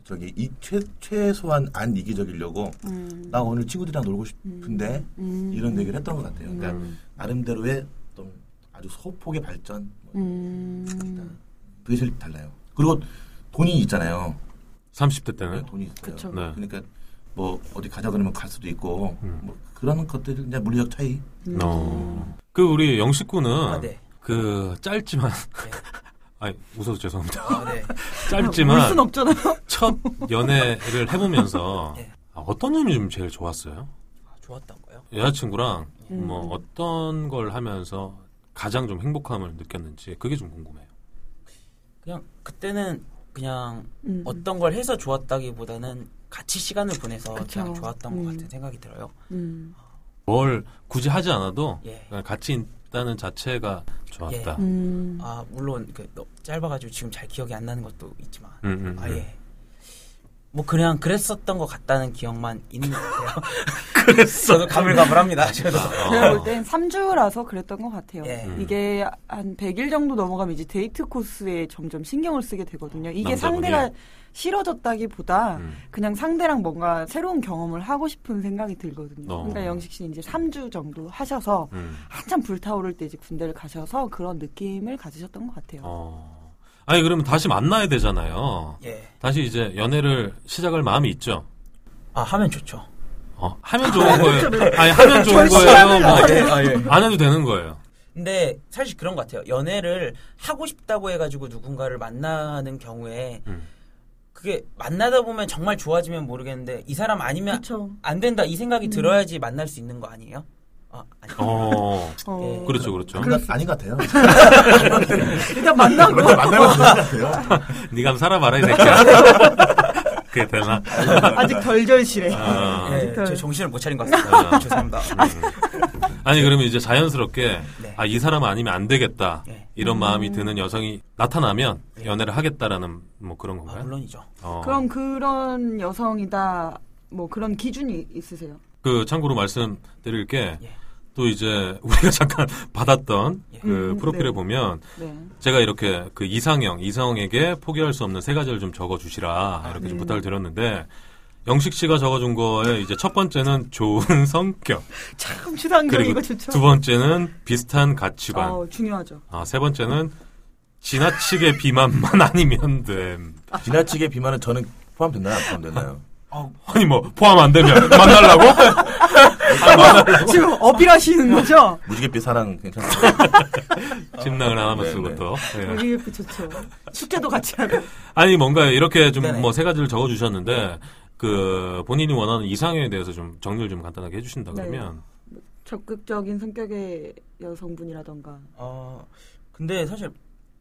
Speaker 4: 저기 이 최, 최소한 안 이기적이려고
Speaker 2: 음.
Speaker 4: 나 오늘 친구들이랑 놀고 싶은데
Speaker 2: 음.
Speaker 4: 이런 얘기를 했던 것 같아요. 그러니까
Speaker 1: 음.
Speaker 4: 나름대로의 좀 아주 소폭의 발전 뭐
Speaker 2: 음.
Speaker 4: 그게 제일 달라요. 그리고 돈이 있잖아요.
Speaker 1: 30대 때는.
Speaker 4: 네, 돈이 있어요.
Speaker 2: 그쵸.
Speaker 1: 네.
Speaker 4: 그러니까 뭐 어디 가자 그러면 갈 수도 있고
Speaker 1: 음.
Speaker 4: 뭐 그런 것들이 그냥 물리적 차이.
Speaker 1: 어. 그 우리 영식 군은
Speaker 3: 아, 네.
Speaker 1: 그 짧지만 아니 웃어서 죄송합니다.
Speaker 3: 아, 네.
Speaker 2: 울 순
Speaker 3: 어-
Speaker 1: 짧지만
Speaker 2: 없잖아요.
Speaker 1: 첫 연애를 해보면서
Speaker 3: 네.
Speaker 1: 아, 어떤 점이 좀 제일 좋았어요?
Speaker 3: 아, 좋았던가요?
Speaker 1: 여자친구랑 뭐
Speaker 2: 음.
Speaker 1: 어떤 걸 하면서 가장 좀 행복함을 느꼈는지 그게 좀 궁금해요.
Speaker 3: 그냥 그때는 그냥
Speaker 2: 음.
Speaker 3: 어떤 걸 해서 좋았다기보다는 같이 시간을 보내서 그
Speaker 2: 그쵸.
Speaker 3: 냥 좋았던
Speaker 2: 음.
Speaker 3: 것 같은 생각이 들어요.
Speaker 2: 음.
Speaker 1: 뭘 굳이 하지 않아도
Speaker 3: 예.
Speaker 1: 그냥 같이 있다는 자체가 좋았다.
Speaker 2: 음.
Speaker 3: 아 물론 그 너- 짧아가지고 지금 잘 기억이 안 나는 것도 있지만
Speaker 1: 음, 음,
Speaker 3: 아
Speaker 1: 음.
Speaker 3: 예. 뭐 그냥 그랬었던 것 같다는 기억만 있는 것 같아요. 저도 가물가물합니다. 저도.
Speaker 2: 제가
Speaker 1: 어.
Speaker 2: 볼땐 3주라서 그랬던 것 같아요.
Speaker 3: 예.
Speaker 1: 음.
Speaker 2: 이게 한 100일 정도 넘어가면 이제 데이트 코스에 점점 신경을 쓰게 되거든요. 이게
Speaker 1: 남자분이?
Speaker 2: 상대가 싫어졌다기보다
Speaker 1: 음.
Speaker 2: 그냥 상대랑 뭔가 새로운 경험을 하고 싶은 생각이 들거든요.
Speaker 1: 어.
Speaker 2: 그러니까 영식 씨는 이제 3주 정도 하셔서
Speaker 1: 음.
Speaker 2: 한참 불타오를 때 이제 군대를 가셔서 그런 느낌을 가지셨던 것 같아요.
Speaker 1: 어. 아니 그러면 다시 만나야 되잖아요.
Speaker 3: 예.
Speaker 1: 다시 이제 연애를 시작할 마음이 있죠.
Speaker 3: 아 하면 좋죠.
Speaker 1: 어, 하면 좋은 거예요. 아니 하면 좋은 거예요.
Speaker 2: 결심하는
Speaker 1: 뭐,
Speaker 3: 아, 예, 아, 예.
Speaker 1: 안 해도 되는 거예요.
Speaker 3: 근데 사실 그런 것 같아요. 연애를 하고 싶다고 해가지고 누군가를 만나는 경우에
Speaker 1: 음.
Speaker 3: 그게 만나다 보면 정말 좋아지면 모르겠는데 이 사람 아니면
Speaker 2: 그렇죠.
Speaker 3: 안 된다 이 생각이 들어야지 만날 수 있는 거 아니에요? 아 아니.
Speaker 1: 어,
Speaker 2: 어.
Speaker 3: 예.
Speaker 1: 그렇죠, 그렇죠.
Speaker 4: 아닌 것- 아닌 것 같아요.
Speaker 2: 일단 만나고
Speaker 4: 만나면 좋은 것 같아요.
Speaker 1: 네가 한번 살아봐라 이 새끼야. 그게 되나?
Speaker 2: 아직 덜절실해.
Speaker 1: 아.
Speaker 3: 예,
Speaker 2: 일단.
Speaker 3: 저 정신을 못 차린 것 같습니다. 죄송합니다.
Speaker 1: 아니 그러면 이제 자연스럽게
Speaker 3: 네.
Speaker 1: 아 이 사람 아니면 안 되겠다
Speaker 3: 네.
Speaker 1: 이런 마음이 드는 여성이 나타나면
Speaker 3: 네.
Speaker 1: 연애를 하겠다라는 뭐 그런
Speaker 3: 아,
Speaker 1: 건가요?
Speaker 3: 물론이죠.
Speaker 1: 어.
Speaker 2: 그럼 그런 여성이다. 뭐 그런 기준이 있으세요?
Speaker 1: 그 참고로 말씀드릴 게 또
Speaker 3: 예.
Speaker 1: 이제 우리가 잠깐 받았던
Speaker 3: 예.
Speaker 1: 그
Speaker 2: 음,
Speaker 1: 프로필에
Speaker 2: 네.
Speaker 1: 보면
Speaker 2: 네.
Speaker 1: 제가 이렇게 그 이상형 이상형에게 포기할 수 없는 세 가지를 좀 적어주시라 이렇게 좀
Speaker 2: 네.
Speaker 1: 부탁을 드렸는데 영식 씨가 적어준 거에 이제 첫 번째는 좋은 성격
Speaker 2: 참 추상적
Speaker 1: 그리고
Speaker 2: 이거 좋죠.
Speaker 1: 두 번째는 비슷한 가치관
Speaker 2: 어, 중요하죠.
Speaker 1: 아, 세 번째는 지나치게 비만만 아니면 됨.
Speaker 4: 지나치게 비만은 저는 포함됐나요? 안 포함됐나요?
Speaker 1: 아니 뭐 포함 안 되면 만나려고?
Speaker 2: 지금
Speaker 1: 네.
Speaker 2: 어필하시는 거죠?
Speaker 4: 무지개빛 사랑 괜찮아요.
Speaker 1: 침낭을 하나만
Speaker 4: 네,
Speaker 1: 쓰고
Speaker 4: 네.
Speaker 1: 또. 예.
Speaker 2: 우리 그 좋죠. 숙제도 같이 하고.
Speaker 1: 아니 뭔가 이렇게 좀
Speaker 3: 네네.
Speaker 1: 뭐 세 가지를 적어 주셨는데 그 본인이 원하는 이상형에 대해서 좀 정리를 좀 간단하게 해 주신다
Speaker 2: 네.
Speaker 1: 그러면
Speaker 2: 적극적인 성격의 여성분이라던가.
Speaker 3: 어 근데 사실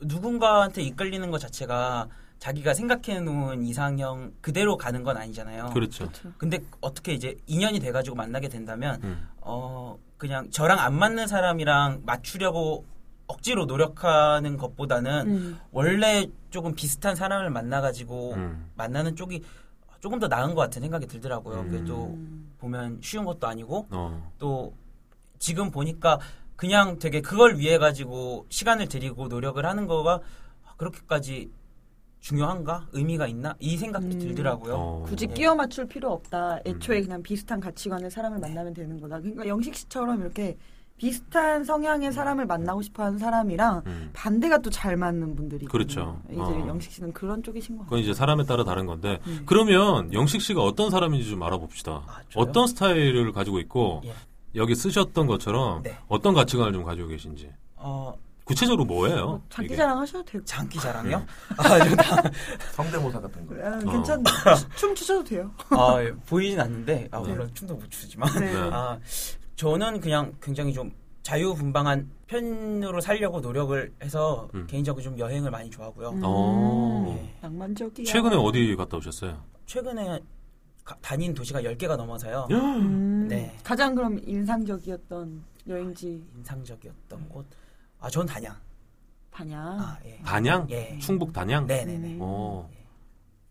Speaker 3: 누군가한테 이끌리는 것 자체가 자기가 생각해 놓은 이상형 그대로 가는 건 아니잖아요.
Speaker 1: 그렇죠.
Speaker 3: 근데 어떻게 이제 인연이 돼가지고 만나게 된다면
Speaker 1: 음.
Speaker 3: 어 그냥 저랑 안 맞는 사람이랑 맞추려고 억지로 노력하는 것보다는
Speaker 2: 음.
Speaker 3: 원래 조금 비슷한 사람을 만나가지고
Speaker 2: 그렇죠.
Speaker 1: 음.
Speaker 3: 만나는 쪽이 조금 더 나은 것 같은 생각이 들더라고요.
Speaker 1: 음.
Speaker 3: 그래도 보면 쉬운 것도 아니고
Speaker 1: 어.
Speaker 3: 또 지금 보니까 그냥 되게 그걸 위해 가지고 시간을 들이고 노력을 하는 거가 그렇게까지 중요한가? 의미가 있나? 이 생각도
Speaker 2: 음.
Speaker 3: 들더라고요.
Speaker 1: 어.
Speaker 2: 굳이
Speaker 3: 네.
Speaker 2: 끼워 맞출 필요 없다.
Speaker 1: 음.
Speaker 2: 애초에 그냥 비슷한 가치관의 사람을 만나면 되는 거다. 그러니까 영식 씨처럼 이렇게 비슷한 성향의 사람을 만나고 싶어하는 사람이랑
Speaker 1: 음.
Speaker 2: 반대가 또 잘 맞는 분들이
Speaker 1: 그렇죠.
Speaker 2: 있거든요. 이제
Speaker 1: 어.
Speaker 2: 영식 씨는 그런 쪽이신 것 같아요.
Speaker 1: 그건 이제 사람에 따라 다른 건데
Speaker 2: 음.
Speaker 1: 그러면 영식 씨가 어떤 사람인지 좀 알아봅시다.
Speaker 3: 아, 저요?
Speaker 1: 어떤 스타일을 가지고 있고
Speaker 3: 예.
Speaker 1: 여기 쓰셨던 것처럼
Speaker 3: 네.
Speaker 1: 어떤 가치관을 좀 가지고 계신지
Speaker 3: 어,
Speaker 1: 구체적으로 뭐예요?
Speaker 2: 뭐
Speaker 1: 그렇죠.
Speaker 2: 자기
Speaker 1: 이게?
Speaker 2: 자랑 하셔도 되고.
Speaker 3: 장기 자랑이요?
Speaker 1: 네.
Speaker 3: 아, 좀 다-
Speaker 4: 성대모사 같은 거.
Speaker 1: 어.
Speaker 2: 아, 괜찮네. 춤 추셔도 돼요.
Speaker 3: 아, 예. 보이진 않는데, 아,
Speaker 1: 네.
Speaker 3: 물론 춤도 못 추지만.
Speaker 2: 네.
Speaker 1: 네.
Speaker 3: 아, 저는 그냥 굉장히 좀 자유분방한 편으로 살려고 노력을 해서
Speaker 1: 음.
Speaker 3: 개인적으로 좀 여행을 많이 좋아하고요.
Speaker 2: 음,
Speaker 1: 어.
Speaker 2: 네, 낭만적이야.
Speaker 1: 최근에 어디 갔다 오셨어요?
Speaker 3: 최근에 가- 다닌 도시가 10개가 넘어서요.
Speaker 2: 음,
Speaker 3: 네.
Speaker 2: 가장 그럼 인상적이었던 여행지
Speaker 3: 인상적이었던 곳. 아, 전 단양.
Speaker 2: 반향.
Speaker 3: 아, 예.
Speaker 1: 단양?
Speaker 3: 예.
Speaker 1: 충북 단양?
Speaker 3: 네네네.
Speaker 2: 음.
Speaker 1: 어.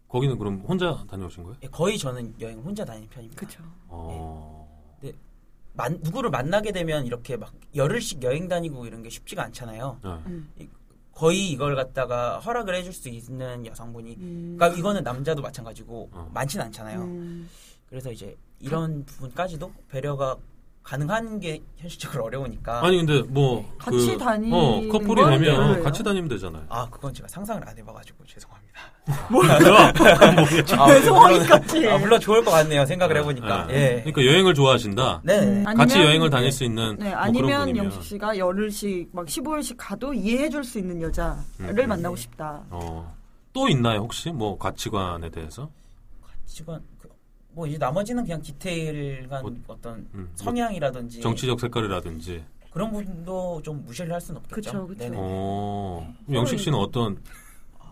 Speaker 1: 거기는 그럼 혼자 다녀오신 거예요?
Speaker 3: 예, 거의 저는 여행을 혼자 다니는 편입니다.
Speaker 2: 그렇죠.
Speaker 1: 어.
Speaker 3: 만- 누구를 만나게 되면 이렇게 막 열흘씩 여행 다니고 이런 게 쉽지가 않잖아요.
Speaker 1: 네.
Speaker 3: 거의 이걸 갖다가 허락을 해줄 수 있는 여성분이 그러니까 이거는 남자도 마찬가지고
Speaker 1: 어.
Speaker 3: 많진 않잖아요.
Speaker 2: 음,
Speaker 3: 그래서 이제 이런 부분까지도 배려가 가능한 게 현실적으로 어려우니까
Speaker 1: 아니 근데 뭐
Speaker 2: 네. 같이
Speaker 1: 그,
Speaker 2: 다니는
Speaker 1: 어, 커플이
Speaker 2: 건
Speaker 1: 되면
Speaker 2: 별로예요?
Speaker 1: 같이 다니면 되잖아요.
Speaker 3: 아 그건 제가 상상을 안 해봐가지고 죄송합니다.
Speaker 2: 왜 소원이 같이.
Speaker 3: 뭐, 아, 물론 좋을 것 같네요. 생각을 해보니까.
Speaker 1: 네.
Speaker 3: 예.
Speaker 1: 그러니까 여행을 좋아하신다.
Speaker 3: 네.
Speaker 2: 아니면-
Speaker 1: 같이 여행을 다닐 수 있는
Speaker 2: 네,
Speaker 1: 뭐 그런
Speaker 2: 아니면
Speaker 1: 분이면.
Speaker 2: 영식 씨가 열흘씩 막 15일씩 가도 이해해줄 수 있는 여자를
Speaker 1: 음, 음.
Speaker 2: 만나고 싶다.
Speaker 1: 어. 또 있나요 혹시 뭐 가치관에 대해서?
Speaker 3: 직원 그, 뭐 이제 나머지는 그냥 디테일한
Speaker 1: 뭐-
Speaker 3: 어떤
Speaker 1: 음, 뭐
Speaker 3: 성향이라든지
Speaker 1: 정치적 색깔이라든지.
Speaker 3: 그런 부분도 좀 무시를 할 수는
Speaker 2: 그쵸,
Speaker 3: 없겠죠.
Speaker 2: 그쵸.
Speaker 3: 네네.
Speaker 1: 어. 영식 씨는 어떤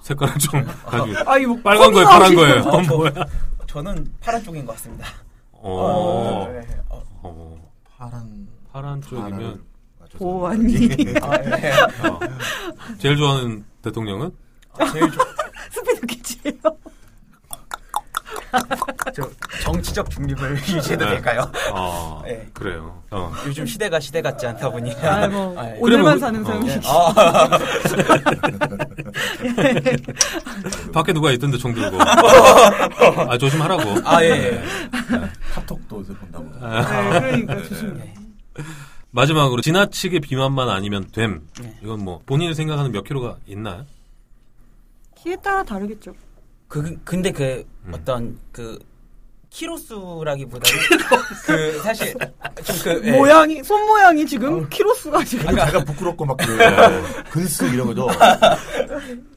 Speaker 1: 색깔을 좀 가지고?
Speaker 2: 아, 이거
Speaker 1: 빨간 거예요, 파란 거예요.
Speaker 3: 저-
Speaker 1: 어,
Speaker 3: 저-
Speaker 1: 뭐야?
Speaker 3: 저는 파란 쪽인 것 같습니다.
Speaker 1: 어.
Speaker 3: 네, 네. 어,
Speaker 1: 어.
Speaker 4: 파란
Speaker 1: 파란 쪽이면
Speaker 4: 파란을- 아, 죄송합니다. 예.
Speaker 2: 오, 아니.
Speaker 3: 아, 네.
Speaker 1: 어. 제일 좋아하는 대통령은?
Speaker 3: 아, 제일 좋-
Speaker 2: 스피드 퀴즈예요.
Speaker 3: 저 정치적 중립을 유지해도
Speaker 1: 네.
Speaker 3: 될까요?
Speaker 1: 아,
Speaker 3: 네.
Speaker 1: 그래요. 어.
Speaker 3: 요즘 시대가 시대 같지 않다 보니.
Speaker 2: 아, 뭐,
Speaker 3: 아, 예.
Speaker 1: 그러면-
Speaker 2: 오늘만 사는
Speaker 1: 어.
Speaker 2: 소용이.
Speaker 3: 아,
Speaker 1: 밖에 누가 있던데 총 들고. 아, 조심하라고. 네.
Speaker 3: 아, 예, 예.
Speaker 4: 카톡도 요새 본다고.
Speaker 2: 네, 그러니까 조심해.
Speaker 1: 마지막으로 지나치게 비만만 아니면 됨.
Speaker 3: 네.
Speaker 1: 이건 뭐 본인이 생각하는 몇 킬로가 있나요?
Speaker 2: 키에 따라 다르겠죠.
Speaker 3: 그 근데 그
Speaker 1: 음.
Speaker 3: 어떤 그 키로수라기보다는 그 사실 좀그
Speaker 2: 모양이, 손 모양이 지금 키로수가 지금.
Speaker 4: 아까 그러니까 제가 부끄럽고 막 그래요. 근스 이런 거죠.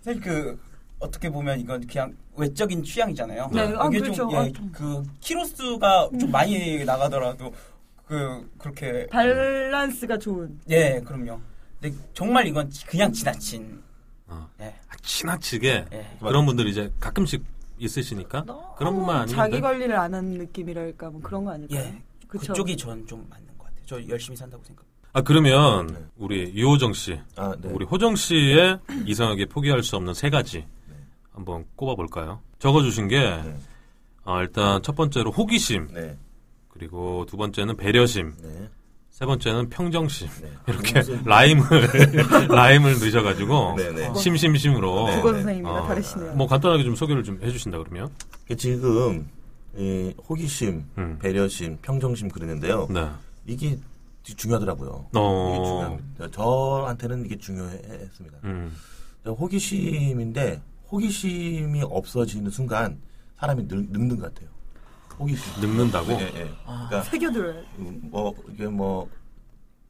Speaker 3: 사실 그 어떻게 보면 이건 그냥 외적인 취향이잖아요.
Speaker 2: 네, 아,
Speaker 3: 이게
Speaker 2: 그렇죠.
Speaker 3: 좀,
Speaker 2: 아,
Speaker 3: 예,
Speaker 2: 좀.
Speaker 3: 그 키로수가 좀 많이 나가더라도 그 그렇게
Speaker 2: 밸런스가 좋은.
Speaker 3: 예 그럼요. 근데 정말 이건 지- 그냥 지나친
Speaker 1: 어.
Speaker 3: 예,
Speaker 1: 아, 지나치게
Speaker 3: 예.
Speaker 1: 그런 분들 이제 가끔씩 있으시니까 그런 분만 아니면
Speaker 2: 어, 자기
Speaker 1: 됨?
Speaker 2: 관리를 안 하는 느낌이랄까, 뭐 그런 거 아닐까요?
Speaker 3: 예.
Speaker 2: 그쵸?
Speaker 3: 그쪽이 전 좀 맞는 것 같아요. 저 열심히 산다고 생각.
Speaker 1: 아 그러면
Speaker 4: 네.
Speaker 1: 우리 유호정 씨,
Speaker 4: 아, 네.
Speaker 1: 우리 호정 씨의 이상하게 포기할 수 없는 세 가지 한번 꼽아볼까요? 적어주신 게
Speaker 4: 네.
Speaker 1: 아, 일단 첫 번째로 호기심,
Speaker 4: 네.
Speaker 1: 그리고 두 번째는 배려심,
Speaker 4: 네.
Speaker 1: 세 번째는 평정심.
Speaker 4: 네.
Speaker 1: 이렇게 라임을 라임을 넣으셔가지고
Speaker 4: 네, 네.
Speaker 1: 심심심으로
Speaker 4: 네.
Speaker 2: 국어 선생님이랑
Speaker 1: 어,
Speaker 2: 어. 다르시네요.
Speaker 1: 뭐 간단하게 좀 소개를 좀 해주신다 그러면.
Speaker 4: 이게 지금 이 호기심,
Speaker 1: 음.
Speaker 4: 배려심, 평정심 그러는데요.
Speaker 1: 네.
Speaker 4: 이게 되게 네, 중요하더라고요. 이게
Speaker 1: 어.
Speaker 4: 중요합니다. 저한테는 이게 중요했습니다.
Speaker 1: 음.
Speaker 4: 호기심인데 호기심이 없어지는 순간 사람이 늙, 는것 같아요. 호기심.
Speaker 1: 늙는다고?
Speaker 4: 예, 예. 그러니까
Speaker 2: 새겨들어야 돼.
Speaker 4: 음, 뭐 이게 뭐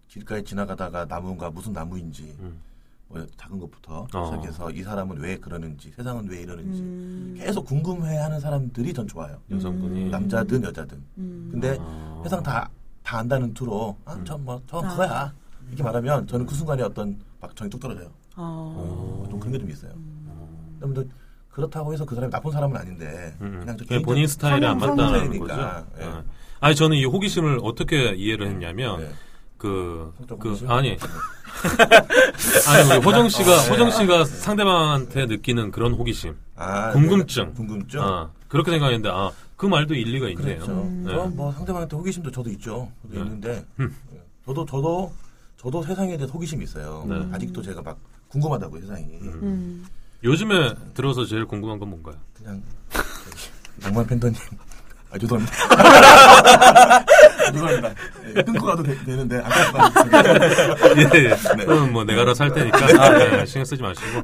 Speaker 4: 길가에 지나가다가 나무가 무슨 나무인지
Speaker 1: 음.
Speaker 4: 뭐 작은 것부터
Speaker 1: 어.
Speaker 4: 시작해서 이 사람은 왜 그러는지 세상은 왜 이러는지
Speaker 2: 음.
Speaker 4: 계속 궁금해하는 사람들이 전 좋아요.
Speaker 1: 여성분이.
Speaker 4: 남자든 여자든.
Speaker 2: 음.
Speaker 4: 근데
Speaker 1: 음. 아.
Speaker 4: 세상 다, 다 안다는 투로 아,
Speaker 1: 음.
Speaker 4: 전뭐 저건 그거야. 이렇게 말하면 저는 그 순간에 어떤 막 정이 뚝 떨어져요.
Speaker 2: 어.
Speaker 4: 좀 그런 게 좀 있어요. 근데 뭐 그렇다고 해서 그 사람이 나쁜 사람은 아닌데
Speaker 1: 음, 음.
Speaker 4: 그냥 저
Speaker 1: 그게 본인 스타일에 안
Speaker 2: 성향
Speaker 1: 맞다는 거죠.
Speaker 4: 성향이니까. 예.
Speaker 1: 예. 아니 저는 이 호기심을 어떻게 이해를 했냐면
Speaker 4: 네.
Speaker 1: 그,
Speaker 4: 성적
Speaker 1: 그
Speaker 4: 호기심?
Speaker 1: 아니 아니 우리 호정 씨가
Speaker 4: 어, 네.
Speaker 1: 호정 씨가 상대방한테 느끼는 그런 호기심
Speaker 4: 아,
Speaker 1: 궁금증.
Speaker 4: 네. 궁금증.
Speaker 1: 아, 그렇게 생각했는데 아 그 말도 일리가 있네요.
Speaker 4: 그렇죠. 저뭐 상대방한테 호기심도 저도 있죠. 저도
Speaker 1: 네.
Speaker 4: 있는데 예. 저도 저도 저도 세상에 대해 서 호기심이 있어요.
Speaker 1: 네.
Speaker 4: 아직도 제가 막 궁금하다고 세상이.
Speaker 1: 음. 요즘에 들어서 제일 궁금한 건 뭔가요?
Speaker 4: 그냥 낭만 팬더님 아 죄송합니다. 죄송합니다. 예, 끊고 가도 되, 는데안 끊고 가도
Speaker 1: 예, 예.
Speaker 4: 네.
Speaker 1: 그럼 뭐 내가 알아서 할 테니까 아, 네, 신경 쓰지 마시고.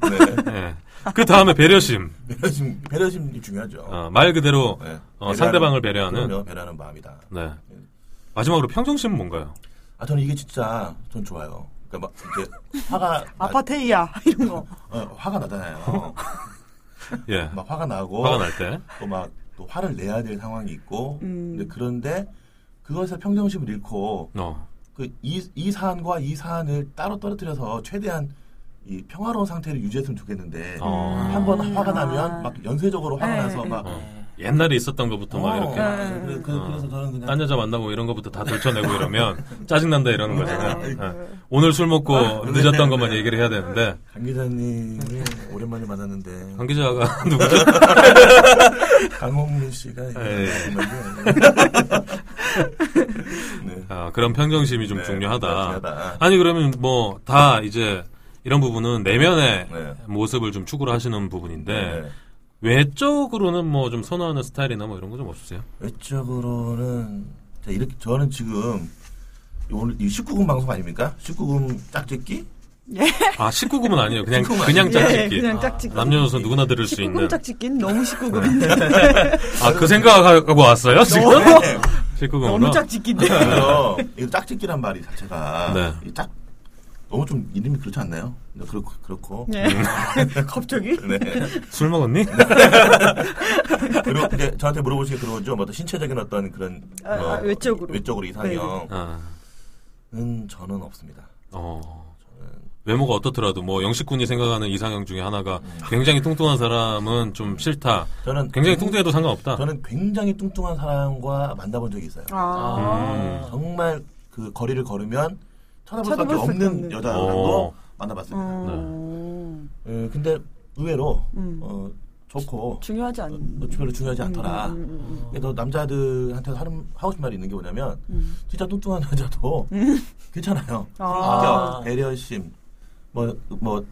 Speaker 1: 예. 그 다음에 배려심.
Speaker 4: 배려심 배려심이 중요하죠.
Speaker 1: 어, 말 그대로
Speaker 4: 네.
Speaker 1: 어, 상대방을 배려하는.
Speaker 4: 그럼요, 배려하는 마음이다.
Speaker 1: 네. 마지막으로 평정심은 뭔가요?
Speaker 4: 아 저는 이게 진짜 전 좋아요. 그러니까 막 이제 화가 나-
Speaker 2: 아파테이야 이런 거.
Speaker 4: 어, 화가 나잖아요.
Speaker 1: 예.
Speaker 4: 막 화가 나고
Speaker 1: 화가 날 때.
Speaker 4: 또 막 또 화를 내야 될 상황이 있고
Speaker 2: 음.
Speaker 4: 근데 그런데 그것에 평정심을 잃고
Speaker 1: 어.
Speaker 4: 그 이 이 사안과 이 사안을 따로 떨어뜨려서 최대한 이 평화로운 상태를 유지했으면 좋겠는데
Speaker 1: 어.
Speaker 4: 한 번 화가
Speaker 2: 아.
Speaker 4: 나면 막 연쇄적으로 화가
Speaker 2: 네,
Speaker 4: 나서
Speaker 2: 네.
Speaker 4: 막
Speaker 1: 어. 옛날에 있었던 것부터 막
Speaker 4: 어,
Speaker 1: 이렇게
Speaker 2: 네.
Speaker 4: 그래- 그,
Speaker 1: 어.
Speaker 4: 래서 저는 그냥
Speaker 1: 딴 여자 만나고 이런 것부터 다 들춰내고 이러면 짜증난다 이러는
Speaker 4: 네.
Speaker 1: 거잖아요. 예. 오늘 술 먹고 늦었던 것만 얘기를 해야 되는데
Speaker 4: 강 기자님 오랜만에 만났는데
Speaker 1: 강 기자가 누구죠?
Speaker 4: 강홍민 씨가 이게
Speaker 1: 예, 예.
Speaker 4: 정말요. 네.
Speaker 1: 아, 그런 평정심이 좀
Speaker 4: 네,
Speaker 1: 중요하다.
Speaker 4: 중요하다.
Speaker 1: 아니 그러면 뭐 다 이제 이런 부분은 내면의
Speaker 4: 네.
Speaker 1: 모습을 좀 추구를 하시는 부분인데
Speaker 4: 네.
Speaker 1: 외적으로는 뭐 좀 선호하는 스타일이나 뭐 이런 거 좀 없으세요?
Speaker 4: 외적으로는 자, 이렇게 저는 지금 오늘 이 19금 방송 아닙니까? 19금 짝짓기?
Speaker 1: 아 19금은 아니에요. 그냥
Speaker 4: 19금
Speaker 1: 그냥
Speaker 4: 아니에요?
Speaker 1: 짝짓기.
Speaker 2: 예, 그냥 짝짓기.
Speaker 1: 남녀노소 누구나 들을 수 있는.
Speaker 2: 19금 짝짓기는 너무 19금인데
Speaker 1: 아 그 생각하고 왔어요 지금?
Speaker 4: 네.
Speaker 1: 19금으로.
Speaker 2: 너무 짝짓기인데.
Speaker 4: 그래서 이 짝짓기란 말이 자체가
Speaker 1: 네.
Speaker 4: 이 짝, 너무 좀 이름이 그렇지 않나요? 네, 그렇고 그렇고
Speaker 2: 네. 갑자기?
Speaker 4: 네.
Speaker 1: 술 먹었니?
Speaker 2: 네.
Speaker 4: 그리고 이제 저한테 물어보시기 그러죠. 뭐 어떤 신체적인 어떤 그런
Speaker 2: 아, 아, 외적으로.
Speaker 4: 외적으로 이상형은 음,
Speaker 1: 아,
Speaker 4: 저는 없습니다.
Speaker 1: 어. 외모가 어떻더라도 뭐 영식군이 생각하는 이상형 중에 하나가 굉장히 뚱뚱한 사람은 좀 싫다.
Speaker 4: 저는
Speaker 1: 굉장히
Speaker 4: 굉-
Speaker 1: 뚱뚱해도 상관없다.
Speaker 4: 저는 굉장히 뚱뚱한 사람과 만나본 적이 있어요.
Speaker 2: 아.
Speaker 3: 음.
Speaker 4: 정말 그 거리를 걸으면
Speaker 2: 쳐다볼
Speaker 4: 쳐다볼 수밖에
Speaker 2: 수밖에
Speaker 4: 없는
Speaker 2: 없는.
Speaker 1: 어.
Speaker 4: 여자랑도 만나봤습니다.
Speaker 2: 어.
Speaker 4: 예, 근데 의외로
Speaker 2: 음.
Speaker 4: 어, 좋고
Speaker 2: 중요하지 않.
Speaker 4: 어, 별로 중요하지 않더라.
Speaker 2: 음, 음,
Speaker 4: 그래 남자들한테 하는 하고 싶은 말이 있는 게 뭐냐면
Speaker 2: 음.
Speaker 4: 진짜 뚱뚱한 여자도 괜찮아요.
Speaker 2: 아.
Speaker 4: 성격, 배려심, 뭐 뭐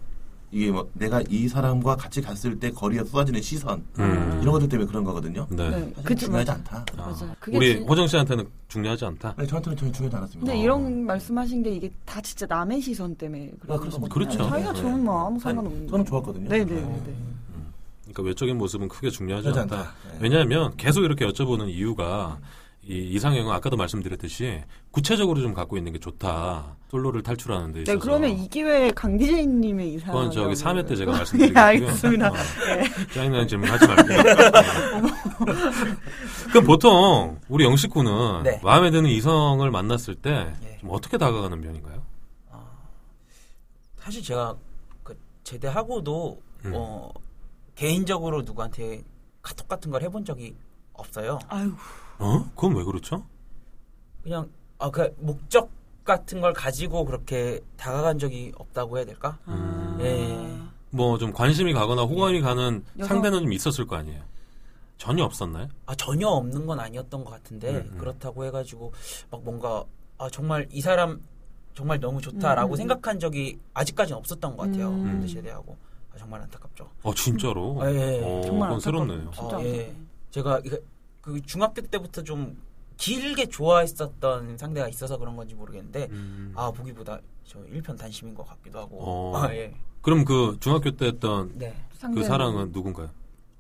Speaker 4: 이게 뭐 내가 이 사람과 같이 갔을 때 거리에 쏟아지는 시선
Speaker 1: 음.
Speaker 4: 이런 것들 때문에 그런 거거든요.
Speaker 1: 네.
Speaker 2: 네.
Speaker 4: 사실
Speaker 2: 그쵸,
Speaker 4: 중요하지
Speaker 2: 맞아.
Speaker 4: 않다.
Speaker 1: 아,
Speaker 2: 맞아요. 그게
Speaker 1: 우리
Speaker 2: 진-
Speaker 1: 호정 씨한테는 중요하지 않다.
Speaker 4: 네, 저한테는 전혀 중요하지 않았습니다.
Speaker 1: 아.
Speaker 2: 근데
Speaker 4: 어.
Speaker 2: 이런 말씀하신 게 이게 다 진짜 남의 시선 때문에 그런
Speaker 4: 아, 그렇죠.
Speaker 2: 거잖아요.
Speaker 1: 그렇죠.
Speaker 2: 자기가
Speaker 4: 네.
Speaker 2: 좋은 마음 아무
Speaker 4: 아니,
Speaker 2: 상관없는.
Speaker 4: 저는 좋았거든요.
Speaker 2: 네네네. 네.
Speaker 1: 그러니까 외적인 모습은 크게 중요하지
Speaker 4: 그렇지
Speaker 1: 않다.
Speaker 4: 않다. 네.
Speaker 1: 왜냐하면 계속 이렇게 여쭤보는 이유가 이 이상형은 아까도 말씀드렸듯이 구체적으로 좀 갖고 있는 게 좋다. 솔로를 탈출하는 데 있어서.
Speaker 2: 네, 그러면 이 기회에 강디제이님의 이상.
Speaker 1: 그건 저기 3회 때 제가
Speaker 2: 예,
Speaker 1: 말씀드리겠고요.
Speaker 2: 알겠습니다. 네.
Speaker 1: 어, 짜증나는 질문 하지 말고. 어. 그럼 보통 우리 영식 군은
Speaker 3: 네.
Speaker 1: 마음에 드는 이성을 만났을 때
Speaker 2: 네.
Speaker 3: 예.
Speaker 1: 좀 어떻게 다가가는 편인가요?
Speaker 3: 사실 제가 그 제대하고도
Speaker 1: 음.
Speaker 3: 어, 개인적으로 누구한테 카톡 같은 걸 해본 적이 없어요.
Speaker 2: 아유,
Speaker 1: 어? 그건 왜 그렇죠?
Speaker 3: 그냥 아, 그 목적 같은 걸 가지고 그렇게 다가간 적이 없다고 해야 될까?
Speaker 1: 음.
Speaker 2: 아,
Speaker 3: 예.
Speaker 1: 뭐 좀 관심이 가거나 호감이 가는
Speaker 2: 네. 여성-
Speaker 1: 상대는 좀 있었을 거 아니에요? 전혀 없었나요?
Speaker 3: 아, 전혀 없는 건 아니었던 것 같은데
Speaker 1: 음, 음.
Speaker 3: 그렇다고 해가지고 막 뭔가 아 정말 이 사람 정말 너무 좋다라고
Speaker 2: 음.
Speaker 3: 생각한 적이 아직까지는 없었던 것 같아요.
Speaker 2: 음.
Speaker 3: 군대 제대하고 아, 정말 안타깝죠.
Speaker 1: 아 진짜로?
Speaker 3: 아, 예, 예.
Speaker 1: 어,
Speaker 2: 네. 정말
Speaker 1: 그건 새롭네요.
Speaker 2: 안타깝다. 진짜
Speaker 3: 아,
Speaker 2: 안타까워요.
Speaker 3: 예. 제가 이거- 그 중학교 때부터 좀 길게 좋아했었던 상대가 있어서 그런 건지 모르겠는데
Speaker 1: 음.
Speaker 3: 아 보기보다 저 일편 단심인 것 같기도 하고
Speaker 1: 어.
Speaker 3: 아, 예.
Speaker 1: 그럼 그 중학교 때 했던
Speaker 3: 네.
Speaker 1: 그
Speaker 2: 상대는
Speaker 1: 사랑은 누군가요?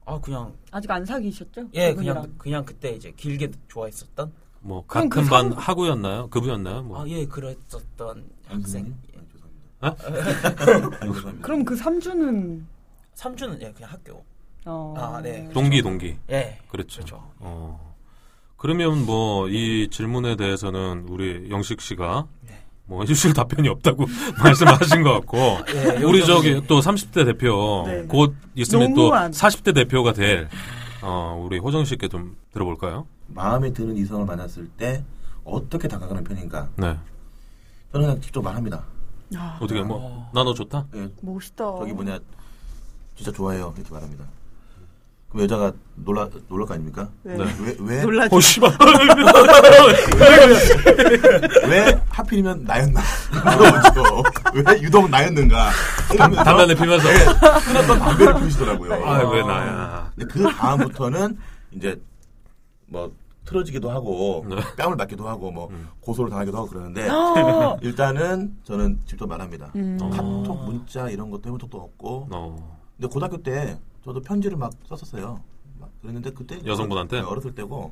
Speaker 3: 아 그냥
Speaker 2: 아직 안 사귀셨죠?
Speaker 3: 예
Speaker 2: 그분이랑.
Speaker 3: 그냥 그냥 그때 이제 길게 좋아했었던
Speaker 1: 뭐 같은
Speaker 2: 그럼 그
Speaker 1: 반
Speaker 2: 상-
Speaker 1: 하구였나요? 그부였나요? 뭐.
Speaker 3: 아 예 그랬었던
Speaker 4: 선생님?
Speaker 3: 학생
Speaker 4: 아, 죄송합니다.
Speaker 1: 어?
Speaker 4: 죄송합니다.
Speaker 2: 그럼 그 3주는
Speaker 3: 삼주는예 그냥 학교
Speaker 2: 어.
Speaker 3: 아, 네.
Speaker 1: 동기 동기.
Speaker 3: 예
Speaker 1: 그렇죠.
Speaker 3: 그렇죠.
Speaker 1: 어. 그러면 뭐 이 질문에 대해서는 우리 영식 씨가
Speaker 3: 네.
Speaker 1: 뭐 해주실 답변이 없다고 말씀하신 것 같고
Speaker 3: 예,
Speaker 1: 우리
Speaker 3: 여기저기-
Speaker 1: 저기 또 30대 대표
Speaker 2: 네.
Speaker 1: 곧 있으면
Speaker 2: 농후한.
Speaker 1: 또 40대 대표가 될 어, 우리 호정 씨께 좀 들어볼까요?
Speaker 4: 마음에 드는 이성을 만났을 때 어떻게 다가가는 편인가?
Speaker 1: 네.
Speaker 4: 저는 그냥 직접 말합니다.
Speaker 2: 아,
Speaker 1: 어떻게 뭐 나 너 좋다.
Speaker 4: 예,
Speaker 2: 멋있다.
Speaker 4: 저기 뭐냐 진짜 좋아해요 이렇게 말합니다. 그럼 여자가 놀라 놀랄 거 아닙니까?
Speaker 2: 네.
Speaker 1: 네.
Speaker 4: 왜왜
Speaker 2: 놀라죠.
Speaker 1: 어, 씨발.
Speaker 4: 왜 하필이면 나였나 물어보죠. 왜 유독 나였는가? 하면서
Speaker 1: 담배를 피면서.
Speaker 4: 끊었던 담배를 피우시더라고요.
Speaker 1: 아, 왜 나야.
Speaker 4: 근데 그 다음부터는 이제 뭐 틀어지기도 하고
Speaker 1: 네.
Speaker 4: 뺨을 맞기도 하고 뭐 고소를 당하기도 하고 그러는데
Speaker 2: 어.
Speaker 4: 일단은 저는 직접 말합니다.
Speaker 2: 음.
Speaker 4: 카톡 문자 이런 것도 해본 적도 없고
Speaker 1: 어.
Speaker 4: 근데 고등학교 때 저도 편지를 막 썼었어요. 막 그랬는데 그때
Speaker 1: 여성분한테? 음.
Speaker 4: 네, 어렸을 때고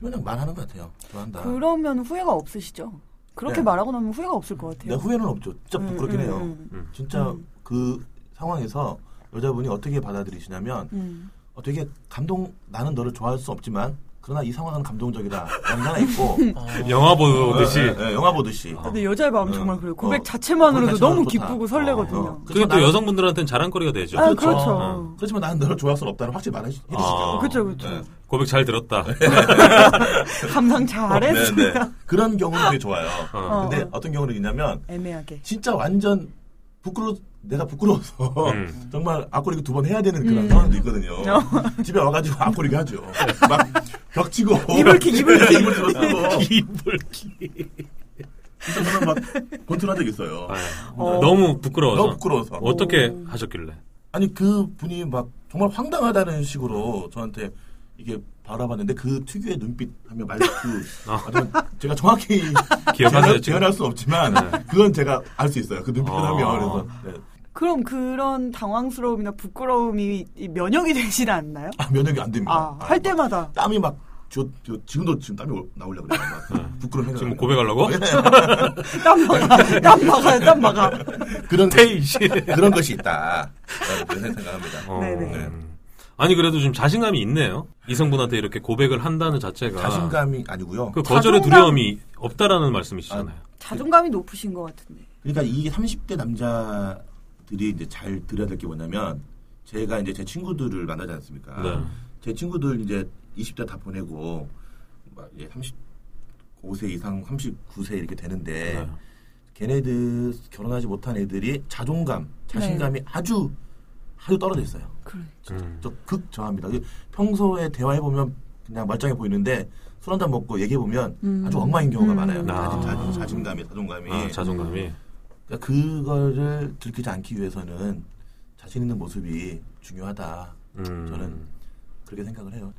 Speaker 4: 그냥 말하는 것 같아요. 좋아한다.
Speaker 5: 그러면 후회가 없으시죠? 그렇게
Speaker 4: 네.
Speaker 5: 말하고 나면 후회가 없을 것
Speaker 4: 내
Speaker 3: 네.
Speaker 5: 같아요.
Speaker 4: 후회는 없죠. 진짜
Speaker 5: 음,
Speaker 4: 부끄럽긴 해요.
Speaker 1: 음.
Speaker 4: 진짜 그 상황에서 여자분이 어떻게 받아들이시냐면
Speaker 5: 음.
Speaker 4: 어, 되게 감동 나는 너를 좋아할 수 없지만 그러나 이 상황은 감동적이다. 라는 게 하나 있고
Speaker 1: 영화 보듯이. 아.
Speaker 4: 예, 예, 영화 보듯이
Speaker 5: 어. 근데 여자의 마음 은
Speaker 4: 네.
Speaker 5: 정말 그래요.
Speaker 4: 어,
Speaker 5: 고백 자체만으로도
Speaker 4: 고백
Speaker 5: 너무
Speaker 4: 자체만으로도
Speaker 5: 기쁘고
Speaker 4: 좋다.
Speaker 5: 설레거든요.
Speaker 4: 어, 어.
Speaker 1: 그게 또
Speaker 4: 나는-
Speaker 1: 여성분들한테는 자랑거리가 되죠.
Speaker 5: 아, 그렇죠.
Speaker 1: 어.
Speaker 4: 그렇지만 나는 너를 좋아할 수는 없다는 확실히 말해 주시죠.
Speaker 1: 아.
Speaker 5: 그렇죠, 그렇죠.
Speaker 4: 네.
Speaker 1: 고백 잘 들었다.
Speaker 5: 감상
Speaker 4: 네,
Speaker 5: 잘했어요.
Speaker 4: 그런 경우는 되게 좋아요.
Speaker 1: 어.
Speaker 4: 근데 어떤 경우는 있냐면
Speaker 5: 애매하게.
Speaker 4: 진짜 완전 부끄러 내가 부끄러워서
Speaker 1: 음.
Speaker 4: 정말 앞구리기 두 번 해야 되는 그런
Speaker 5: 음.
Speaker 4: 상황도 있거든요.
Speaker 5: 어.
Speaker 4: 집에 와가지고 앞구리기 하죠. 막 벽치고
Speaker 5: 이불킥, 이불킥.
Speaker 4: 이불 집어쓰고
Speaker 1: 이불기.
Speaker 4: 진짜 저는 막 권투한 적 있어요.
Speaker 1: 너무 부끄러워서.
Speaker 4: 너무 부끄러워서
Speaker 1: 아, 어떻게 하셨길래?
Speaker 4: 아니 그 분이 막 정말 황당하다는 식으로 저한테 이게 바라봤는데 그 특유의 눈빛 하면 말투 아주 제가 정확히
Speaker 1: 기억하세요, 지금? 네.
Speaker 4: 재현할 수 없지만 그건 제가 알 수 있어요. 그 눈빛
Speaker 1: 아.
Speaker 4: 하면 그래서 네.
Speaker 5: 그럼 그런 당황스러움이나 부끄러움이 이 면역이 되진 않나요?
Speaker 4: 아, 면역이 안 됩니다.
Speaker 5: 아, 할
Speaker 4: 막
Speaker 5: 때마다.
Speaker 4: 땀이 막 저, 저, 지금도 지금 땀이 올- 나오려고 그래요. 막 부끄러운 생각.
Speaker 1: 지금 뭐 고백하려고?
Speaker 5: 땀 막아, 땀 막아요, 땀 막아.
Speaker 4: 그런
Speaker 1: 테이 씨.
Speaker 4: 그런 것이 있다. 그런 생각합니다.
Speaker 1: 어.
Speaker 5: 네네.
Speaker 4: 네.
Speaker 1: 아니 그래도 좀 자신감이 있네요. 이성분한테 이렇게 고백을 한다는 자체가
Speaker 4: 자신감이 아니고요.
Speaker 1: 그 거절의
Speaker 5: 자존감.
Speaker 1: 두려움이 없다라는 말씀이시잖아요.
Speaker 5: 자존감이 높으신 것 같은데.
Speaker 4: 그러니까 이게 30대 남자들이 이제 잘 들어야 될 게 뭐냐면 제가 이제 제 친구들을 만나지 않습니까?
Speaker 1: 네.
Speaker 4: 제 친구들 이제 20대 다 보내고 막 이제 35세 이상 39세 이렇게 되는데
Speaker 1: 네.
Speaker 4: 걔네들 결혼하지 못한 애들이 자존감, 자신감이 아주 아주 떨어져 있어요.
Speaker 5: 그래.
Speaker 1: 음.
Speaker 4: 저 극저하입니다. 그 평소에 대화해 보면 그냥 말짱해 보이는데 술 한잔 먹고 얘기해 보면 아주 엉망인 경우가 많아요.
Speaker 1: 아.
Speaker 4: 자진, 자진, 자신감이 자존감이
Speaker 1: 아, 자존감이.
Speaker 4: 그러니까 그거를 들키지 않기 위해서는 자신 있는 모습이 중요하다.
Speaker 1: 음.
Speaker 4: 저는 그렇게 생각을 해요.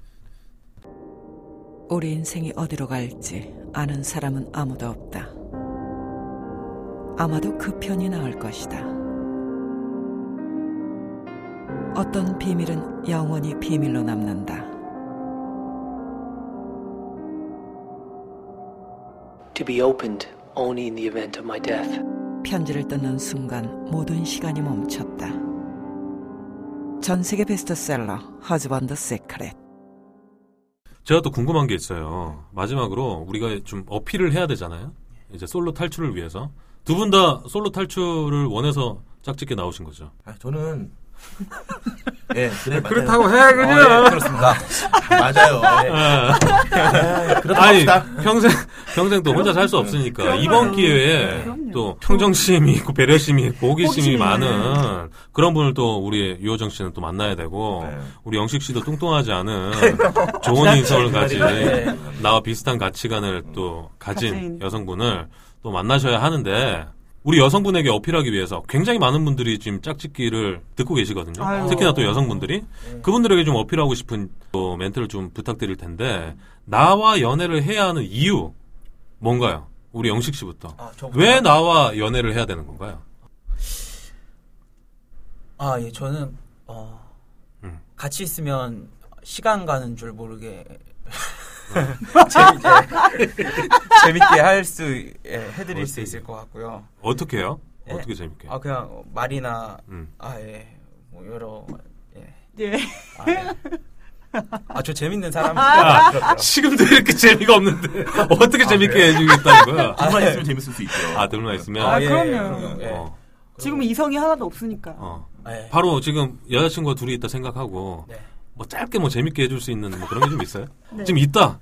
Speaker 6: 우리 인생이 어디로 갈지 아는 사람은 아무도 없다. 아마도 그 편이 나을 것이다. 어떤 비밀은 영원히 비밀로 남는다.
Speaker 7: to be opened only in the event of my death.
Speaker 6: 편지를 뜯는 순간 모든 시간이 멈췄다. 전 세계 베스트셀러 허즈번드 세크렛.
Speaker 1: 제가 또 궁금한 게 있어요. 마지막으로 우리가 좀 어필을 해야 되잖아요. 이제 솔로 탈출을 위해서 두 분 다 솔로 탈출을 원해서 짝짓게 나오신 거죠.
Speaker 4: 아, 저는 예 그래 맞아요.
Speaker 1: 해 네.
Speaker 4: 어, 예, 그렇습니다. 맞아요. 예, 그렇다고
Speaker 1: 아니
Speaker 4: 합시다.
Speaker 1: 평생 평생 또 혼자 살 수 없으니까 이번 기회에
Speaker 5: 그럼요.
Speaker 1: 또 평정심이 있고 배려심이 있고 호기심이
Speaker 5: 호기심이
Speaker 1: 많은 그런 분을 또 우리 유호정 씨는 또 만나야 되고
Speaker 4: 네.
Speaker 1: 우리 영식 씨도 뚱뚱하지 않은 좋은 인성을 가진
Speaker 3: 네.
Speaker 1: 나와 비슷한 가치관을 또 가진
Speaker 5: 가진.
Speaker 1: 여성분을 또 만나셔야 하는데 우리 여성분에게 어필하기 위해서 굉장히 많은 분들이 지금 짝짓기를 듣고 계시거든요.
Speaker 5: 아유.
Speaker 1: 특히나 또 여성분들이 그분들에게 좀 어필하고 싶은 또 멘트를 좀 부탁드릴 텐데 나와 연애를 해야 하는 이유 뭔가요? 우리 영식 씨부터
Speaker 3: 아, 저부터?
Speaker 1: 왜 나와 연애를 해야 되는 건가요?
Speaker 3: 아, 예, 저는, 어,
Speaker 1: 음.
Speaker 3: 같이 있으면 시간 가는 줄 모르게. 재밌게, 재밌게 할 수, 예, 해드릴 수 있을 것 같고요.
Speaker 1: 어떻게 해요?
Speaker 3: 예.
Speaker 1: 어떻게 재밌게?
Speaker 3: 아, 그냥 말이나,
Speaker 1: 음.
Speaker 3: 아, 예, 뭐, 여러, 예.
Speaker 5: 예.
Speaker 3: 아, 예. 아, 저 재밌는 사람이니까.
Speaker 1: 아, 지금도 이렇게 재미가 없는데
Speaker 3: 아, 네.
Speaker 1: 어떻게 재밌게 해주겠다는 거야?
Speaker 4: 둘만 있으면 재밌을 수 있죠.
Speaker 1: 아, 들만 있으면
Speaker 5: 아,
Speaker 3: 예,
Speaker 5: 그럼요.
Speaker 3: 예.
Speaker 1: 어,
Speaker 5: 지금 이성이 하나도 없으니까.
Speaker 1: 어.
Speaker 3: 예.
Speaker 1: 바로 지금 여자친구가 둘이 있다 생각하고
Speaker 3: 네.
Speaker 1: 뭐 짧게 뭐 재밌게 해줄 수 있는 뭐 그런 게 좀 있어요? 지금 있다.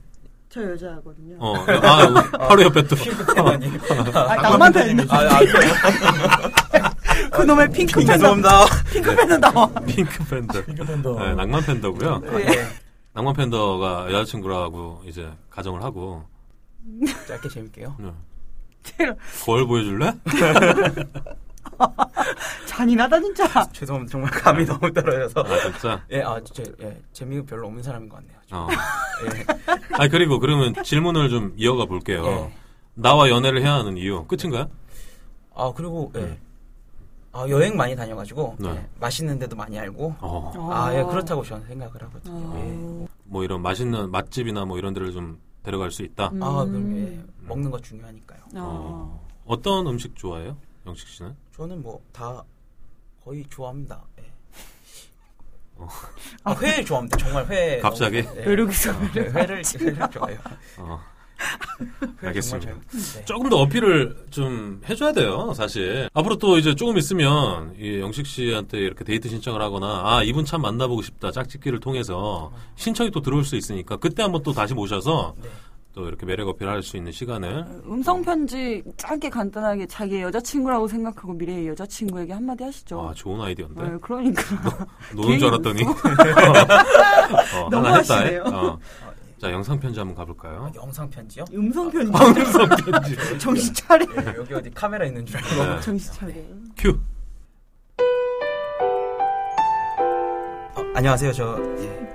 Speaker 2: 저 여자거든요.
Speaker 1: 어, 아, 바로 옆에 또.
Speaker 3: 피부 태만이.
Speaker 5: 아, 낭만
Speaker 4: 님
Speaker 3: 예.
Speaker 5: 되는
Speaker 3: 아, 아,
Speaker 5: 그놈의 핑크 팬더
Speaker 3: 죄송합니다.
Speaker 5: 핑크 팬더 나와.
Speaker 1: 어, 핑크 팬더.
Speaker 4: 팬더.
Speaker 1: 네, 낭만 팬더고요.
Speaker 3: 네.
Speaker 1: 낭만 팬더가 여자친구라고 이제 가정을 하고
Speaker 3: 짧게 재밌게요.
Speaker 1: 네.
Speaker 5: 제일
Speaker 1: 거울 보여줄래?
Speaker 5: 잔인하다 진짜.
Speaker 3: 죄송합니다. 정말 감이 너무 떨어져서.
Speaker 1: 아 진짜.
Speaker 3: 예, 아, 제, 예, 재미가 별로 없는 사람인 것 같네요.
Speaker 1: 어.
Speaker 3: 예.
Speaker 1: 아 그리고 그러면 질문을 좀 이어가 볼게요.
Speaker 3: 예.
Speaker 1: 나와 연애를 해야 하는 이유 끝인가요?
Speaker 3: 아, 그리고, 예.
Speaker 1: 음.
Speaker 3: 아, 여행 많이 다녀가지고,
Speaker 1: 네.
Speaker 3: 예, 맛있는 데도 많이 알고,
Speaker 1: 어.
Speaker 3: 아, 예, 그렇다고 저는 생각을 하거든요. 예.
Speaker 1: 뭐 이런 맛있는 맛집이나 뭐 이런 데를 좀 데려갈 수 있다.
Speaker 3: 아, 그럼, 예, 먹는 거 중요하니까요.
Speaker 1: 어. 어떤 음식 좋아해요? 영식 씨는?
Speaker 3: 저는 뭐, 다, 거의 좋아합니다. 예. 아, 회 좋아합니다. 정말 회.
Speaker 1: 어. 갑자기?
Speaker 3: 너무- 예.
Speaker 5: 어. 외로기서
Speaker 3: 예, 회를, 회를 좋아해요.
Speaker 1: 어.
Speaker 3: 회
Speaker 1: 알겠습니다.
Speaker 3: 정말 잘- 네.
Speaker 1: 조금 더 어필을 좀 해줘야 돼요, 사실. 앞으로 또 이제 조금 있으면, 이 영식 씨한테 이렇게 데이트 신청을 하거나, 아, 이분 참 만나보고 싶다, 짝짓기를 통해서, 신청이 또 들어올 수 있으니까, 그때 한번 또 다시 모셔서,
Speaker 3: 네.
Speaker 1: 또 이렇게 매력 어필할 수 있는 시간을.
Speaker 2: 음성 편지 짧게 간단하게 자기의 여자친구라고 생각하고 미래의 여자친구에게 한마디 하시죠.
Speaker 1: 아, 좋은 아이디어인데?
Speaker 2: 네, 그러니까
Speaker 1: 노는 줄 알았더니.
Speaker 2: 괜히
Speaker 1: 어,
Speaker 5: 너무
Speaker 1: 하나 했다.
Speaker 5: 하시네요.
Speaker 1: 어. 자, 영상편지 한번 가볼까요?
Speaker 3: 아, 영상 편지요?
Speaker 2: 아,
Speaker 5: 음성 편지
Speaker 1: 영상편지.
Speaker 5: 정신 차려.
Speaker 3: 예, 여기 어디 카메라 있는 줄 알고.
Speaker 1: 네.
Speaker 5: 정신 차려.
Speaker 1: 큐.
Speaker 3: 어, 안녕하세요. 저 예,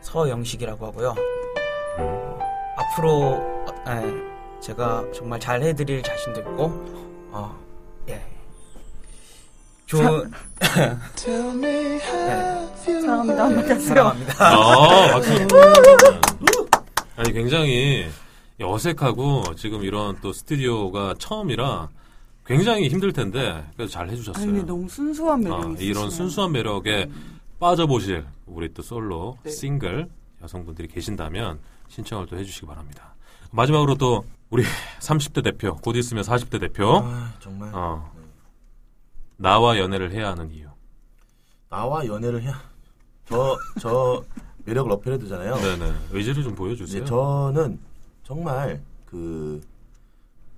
Speaker 3: 서영식이라고 하고요. 앞으로 어, 예, 제가 정말 잘 해드릴 자신도 있고, 어, 예, 좋은 예.
Speaker 5: 사랑합니다 한마디 하세요.
Speaker 3: 사랑합니다.
Speaker 1: 아, 박수. 아니, 굉장히 어색하고 지금 이런 또 스튜디오가 처음이라 굉장히 힘들 텐데 그래도 잘 해주셨어요.
Speaker 2: 아니 근데 너무 순수한 매력이
Speaker 1: 아,
Speaker 2: 있으시네요.
Speaker 1: 이런 순수한 매력에 빠져보실 우리 또 솔로
Speaker 2: 네.
Speaker 1: 싱글 여성분들이 계신다면 신청을 또 해주시기 바랍니다. 마지막으로 또 우리 30대 대표 곧 있으면 40대 대표
Speaker 4: 아, 정말
Speaker 1: 어, 나와 연애를 해야 하는 이유.
Speaker 4: 나와 연애를 해야 저 저 매력을 어필해 두잖아요.
Speaker 1: 네네 그렇죠. 의지를 좀
Speaker 4: 이제
Speaker 1: 보여주세요.
Speaker 4: 저는 정말 그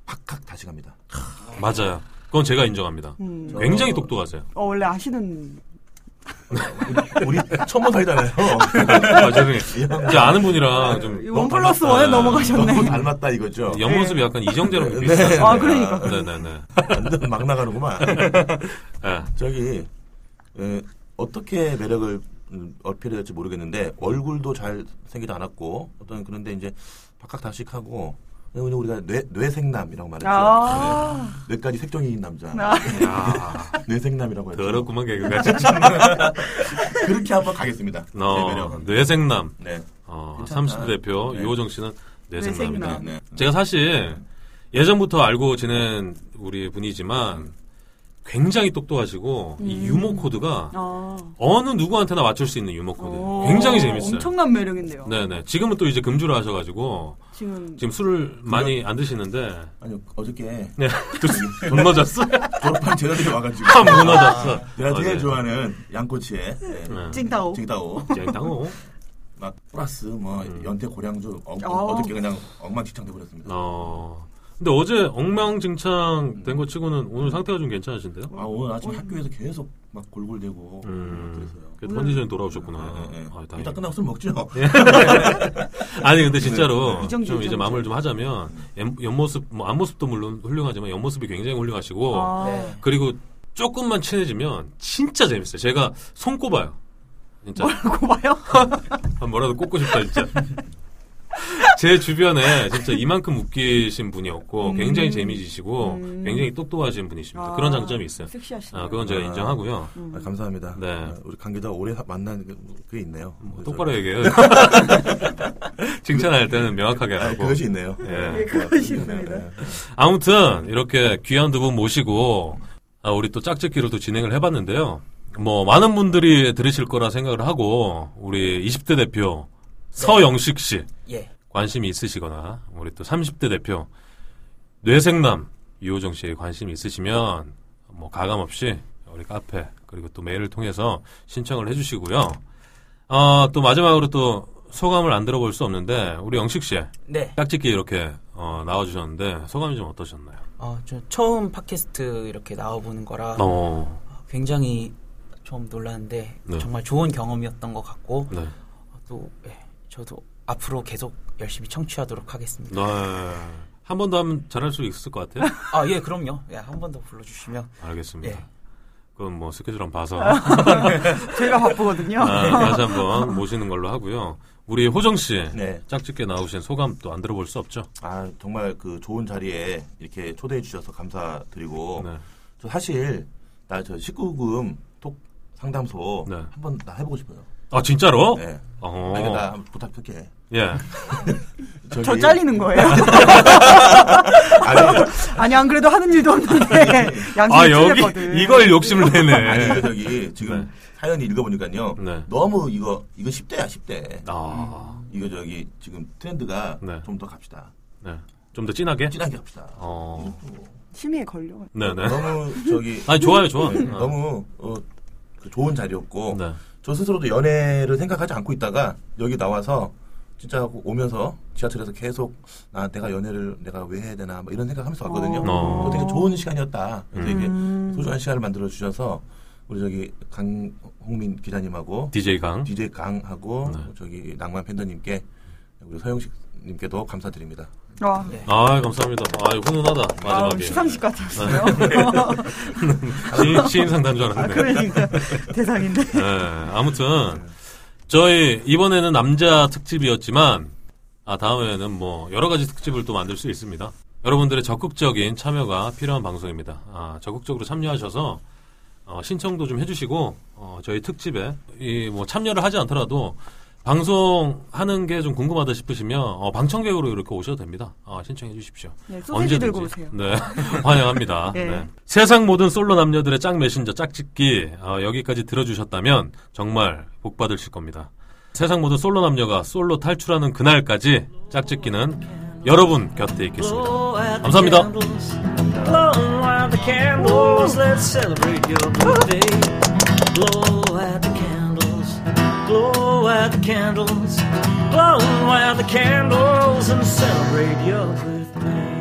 Speaker 4: 박학 다시 갑니다.
Speaker 1: 맞아요. 그건 제가 인정합니다.
Speaker 5: 음.
Speaker 4: 저-
Speaker 1: 굉장히 똑똑하세요.
Speaker 5: 어 원래 아시는
Speaker 4: 우리 처음 본 사이잖아요.
Speaker 1: 아, 죄송해요. 이제 아는 분이랑 좀.
Speaker 5: 원 플러스 원에
Speaker 1: 네.
Speaker 4: 너무
Speaker 5: 넘어가셨네.
Speaker 4: 닮았다 이거죠.
Speaker 1: 옆모습이 약간 이정재랑
Speaker 4: 네.
Speaker 1: 비슷하네.
Speaker 5: 아, 그러니까.
Speaker 1: 네네네.
Speaker 4: 완전 막 나가는구만.
Speaker 1: 네.
Speaker 4: 저기 에, 어떻게 매력을 음, 어필해야 될지 모르겠는데 얼굴도 잘 생기지 않았고 어떤 그런데 이제 박학다식하고 오늘 우리가 뇌, 뇌생남이라고 말했죠.
Speaker 5: 아.
Speaker 4: 네. 뇌까지 색종이인 남자.
Speaker 5: 아.
Speaker 1: 야,
Speaker 4: 뇌생남이라고 했죠.
Speaker 1: 더럽구만, 개그가 진짜.
Speaker 4: 그렇게 한번 가겠습니다. 제
Speaker 1: 어,
Speaker 4: 매력은.
Speaker 1: 뇌생남.
Speaker 4: 네.
Speaker 1: 어,
Speaker 4: 괜찮다.
Speaker 1: 30대 대표
Speaker 4: 네.
Speaker 1: 유호정 씨는 뇌생남이다.
Speaker 5: 뇌생남.
Speaker 4: 네.
Speaker 1: 제가 사실 예전부터 알고 지낸 우리 분이지만 굉장히 똑똑하시고 이 유머 코드가
Speaker 5: 음. 아.
Speaker 1: 어느 누구한테나 맞출 수 있는 유머
Speaker 5: 어,
Speaker 1: 코드. 네, 굉장히 재밌어요.
Speaker 5: 엄청난 매력인데요.
Speaker 1: 네네. 지금은 또 이제 금주를 하셔가지고
Speaker 5: 지금
Speaker 1: 지금 술을 많이 안 드시는데
Speaker 4: 아니 어저께
Speaker 1: 네. 돈 넣어졌어?
Speaker 4: 졸업한 제자들이 와가지고
Speaker 1: 참 무너졌어.
Speaker 4: 아, 내가
Speaker 1: 어,
Speaker 4: 제일
Speaker 1: 네.
Speaker 4: 좋아하는 양꼬치에 네.
Speaker 5: 찡따오.
Speaker 4: 징따오
Speaker 1: 짱이땅오. 음.
Speaker 4: 막 플러스 뭐 연태 고량주 어,
Speaker 5: 어.
Speaker 4: 저께 그냥 엉망진창 돼버렸습니다.
Speaker 1: 어. 근데 어제 엉망진창 된 거 치고는 오늘 상태가 좀 괜찮으신데요?
Speaker 4: 아 오늘 아침 학교에서 계속 막 골골대고 그래서요.
Speaker 1: 음. 그래도 컨디션이 돌아오셨구나.
Speaker 4: 네, 네, 네.
Speaker 1: 아, 다행이다. 네.
Speaker 4: 이따 끝나고 술 먹죠. 네.
Speaker 1: 아니 근데 진짜로
Speaker 5: 이정재,
Speaker 1: 좀 이제
Speaker 5: 이정재.
Speaker 1: 마무리를 좀 하자면 옆- 옆모습 뭐 앞모습도 물론 훌륭하지만 옆모습이 굉장히 훌륭하시고
Speaker 5: 아.
Speaker 3: 네.
Speaker 1: 그리고 조금만 친해지면 진짜 재밌어요. 제가 손꼽아요. 진짜
Speaker 5: 뭐라고 봐요?
Speaker 1: 아, 뭐라도 꼽고 싶다 진짜. 제 주변에 진짜 이만큼 웃기신 분이 없고 굉장히 재미지시고 굉장히 똑똑하신 분이십니다. 그런 장점이 있어요.
Speaker 5: 섹시하시네요.
Speaker 1: 아, 그건 제가 인정하고요.
Speaker 4: 아, 감사합니다.
Speaker 1: 네.
Speaker 4: 아, 우리 관계자 오래 사- 만난 게- 그게 있네요.
Speaker 1: 뭐
Speaker 4: 그래서-
Speaker 1: 똑바로 얘기해요. 칭찬할 때는 명확하게
Speaker 4: 아,
Speaker 1: 하고.
Speaker 4: 그것이 있네요.
Speaker 1: 예.
Speaker 4: 네, 그것이 있네요.
Speaker 1: 아무튼 이렇게 귀한 두 분 모시고 아, 우리 또 짝짓기를 또 진행을 해봤는데요. 뭐 많은 분들이 들으실 거라 생각을 하고 우리 20대 대표 서영식 씨
Speaker 3: 예.
Speaker 1: 관심이 있으시거나 우리 또 30대 대표 뇌생남 유호정 씨에 관심이 있으시면 뭐 가감 없이 우리 카페 그리고 또 메일을 통해서 신청을 해주시고요. 아, 또 마지막으로 또 소감을 안 들어볼 수 없는데 우리 영식 씨
Speaker 3: 네.
Speaker 1: 짝짓기 이렇게 어, 나와주셨는데 소감이 좀 어떠셨나요?
Speaker 3: 어, 저 처음 팟캐스트 이렇게 나와보는 거라
Speaker 1: 어,
Speaker 3: 굉장히 좀 놀랐는데
Speaker 1: 네.
Speaker 3: 정말 좋은 경험이었던 것 같고
Speaker 1: 네.
Speaker 3: 또 예, 저도 앞으로 계속 열심히 청취하도록 하겠습니다.
Speaker 1: 네. 한 번 더 하면 잘할 수 있을 것 같아요.
Speaker 3: 아 예 그럼요. 한 번 더 불러주시면
Speaker 1: 알겠습니다.
Speaker 3: 예.
Speaker 1: 그럼 뭐 스케줄 한번 봐서
Speaker 5: 제가 바쁘거든요.
Speaker 1: 아, 다시 한번 모시는 걸로 하고요. 우리 호정 씨
Speaker 4: 네.
Speaker 1: 짝짓게 나오신 소감 또 안 들어볼 수 없죠.
Speaker 4: 아 정말 그 좋은 자리에 이렇게 초대해 주셔서 감사드리고
Speaker 1: 네.
Speaker 4: 저 사실 나 저 19금 톡 상담소
Speaker 1: 네.
Speaker 4: 한번 나 해보고 싶어요.
Speaker 1: 아 진짜로?
Speaker 4: 네.
Speaker 1: 어.
Speaker 4: 아니, 나 한번 부탁할게.
Speaker 1: 예.
Speaker 4: 저기-
Speaker 5: 저 잘리는 거예요.
Speaker 1: 네.
Speaker 4: 아니,
Speaker 5: 아니 안 그래도 하는 일도 없는데
Speaker 1: 아
Speaker 5: 양심이
Speaker 1: 여기
Speaker 5: 찔렸거든.
Speaker 1: 이걸 욕심을
Speaker 4: 아니
Speaker 1: 내네.
Speaker 4: 이거 저기 지금
Speaker 1: 네.
Speaker 4: 사연 읽어보니까요.
Speaker 1: 네.
Speaker 4: 너무 이거 이거 10대야 10대.
Speaker 1: 아,
Speaker 4: 이거 저기 지금 트렌드가
Speaker 1: 네.
Speaker 4: 좀 더 갑시다.
Speaker 1: 네. 좀 더 진하게.
Speaker 4: 진하게 갑시다.
Speaker 1: 어,
Speaker 5: 심의에 걸려.
Speaker 1: 네, 네.
Speaker 4: 너무 저기
Speaker 1: 아니 좋아요, 좋아.
Speaker 4: 네, 너무 어, 그 좋은 자리였고
Speaker 1: 네.
Speaker 4: 저 스스로도 연애를 생각하지 않고 있다가 여기 나와서 진짜 오면서 지하철에서 계속 아 내가 연애를 내가 왜 해야 되나 뭐 이런 생각하면서 왔거든요.
Speaker 1: 어.
Speaker 4: 어. 되게 좋은 시간이었다. 그래서 이게 소중한 시간을 만들어 주셔서 우리 저기 강홍민 기자님하고
Speaker 1: DJ 강.
Speaker 4: DJ 강하고
Speaker 1: 네.
Speaker 4: 저기 낭만 팬더님께 우리 서영식님께도 감사드립니다.
Speaker 5: 와.
Speaker 1: 아, 감사합니다. 아, 훈훈하다.
Speaker 5: 아,
Speaker 1: 마지막에.
Speaker 5: 시상식 같았어요.
Speaker 1: 시인, 시인상 단줄
Speaker 5: 아,
Speaker 1: 알았는데.
Speaker 5: 그러니까 대상인데.
Speaker 1: 네, 아무튼 저희 이번에는 남자 특집이었지만 아 다음에는 뭐 여러 가지 특집을 또 만들 수 있습니다. 여러분들의 적극적인 참여가 필요한 방송입니다. 아, 적극적으로 참여하셔서 어, 신청도 좀 해주시고 어, 저희 특집에 이 뭐 참여를 하지 않더라도 방송 하는 게 좀 궁금하다 싶으시면 어, 방청객으로 이렇게 오셔도 됩니다. 어, 신청해 주십시오.
Speaker 5: 네, 소세지 들고 오세요.
Speaker 1: 네, 환영합니다.
Speaker 5: 예.
Speaker 1: 네. 세상 모든 솔로 남녀들의 짝 메신저 짝짓기 어, 여기까지 들어주셨다면 정말 복 받으실 겁니다. 세상 모든 솔로 남녀가 솔로 탈출하는 그날까지 짝짓기는 여러분 곁에 있겠습니다. 감사합니다.
Speaker 8: Blow out the candles, let's celebrate your birthday. Blow out the candles, blow out the candles, blow out the candles, and celebrate your birthday.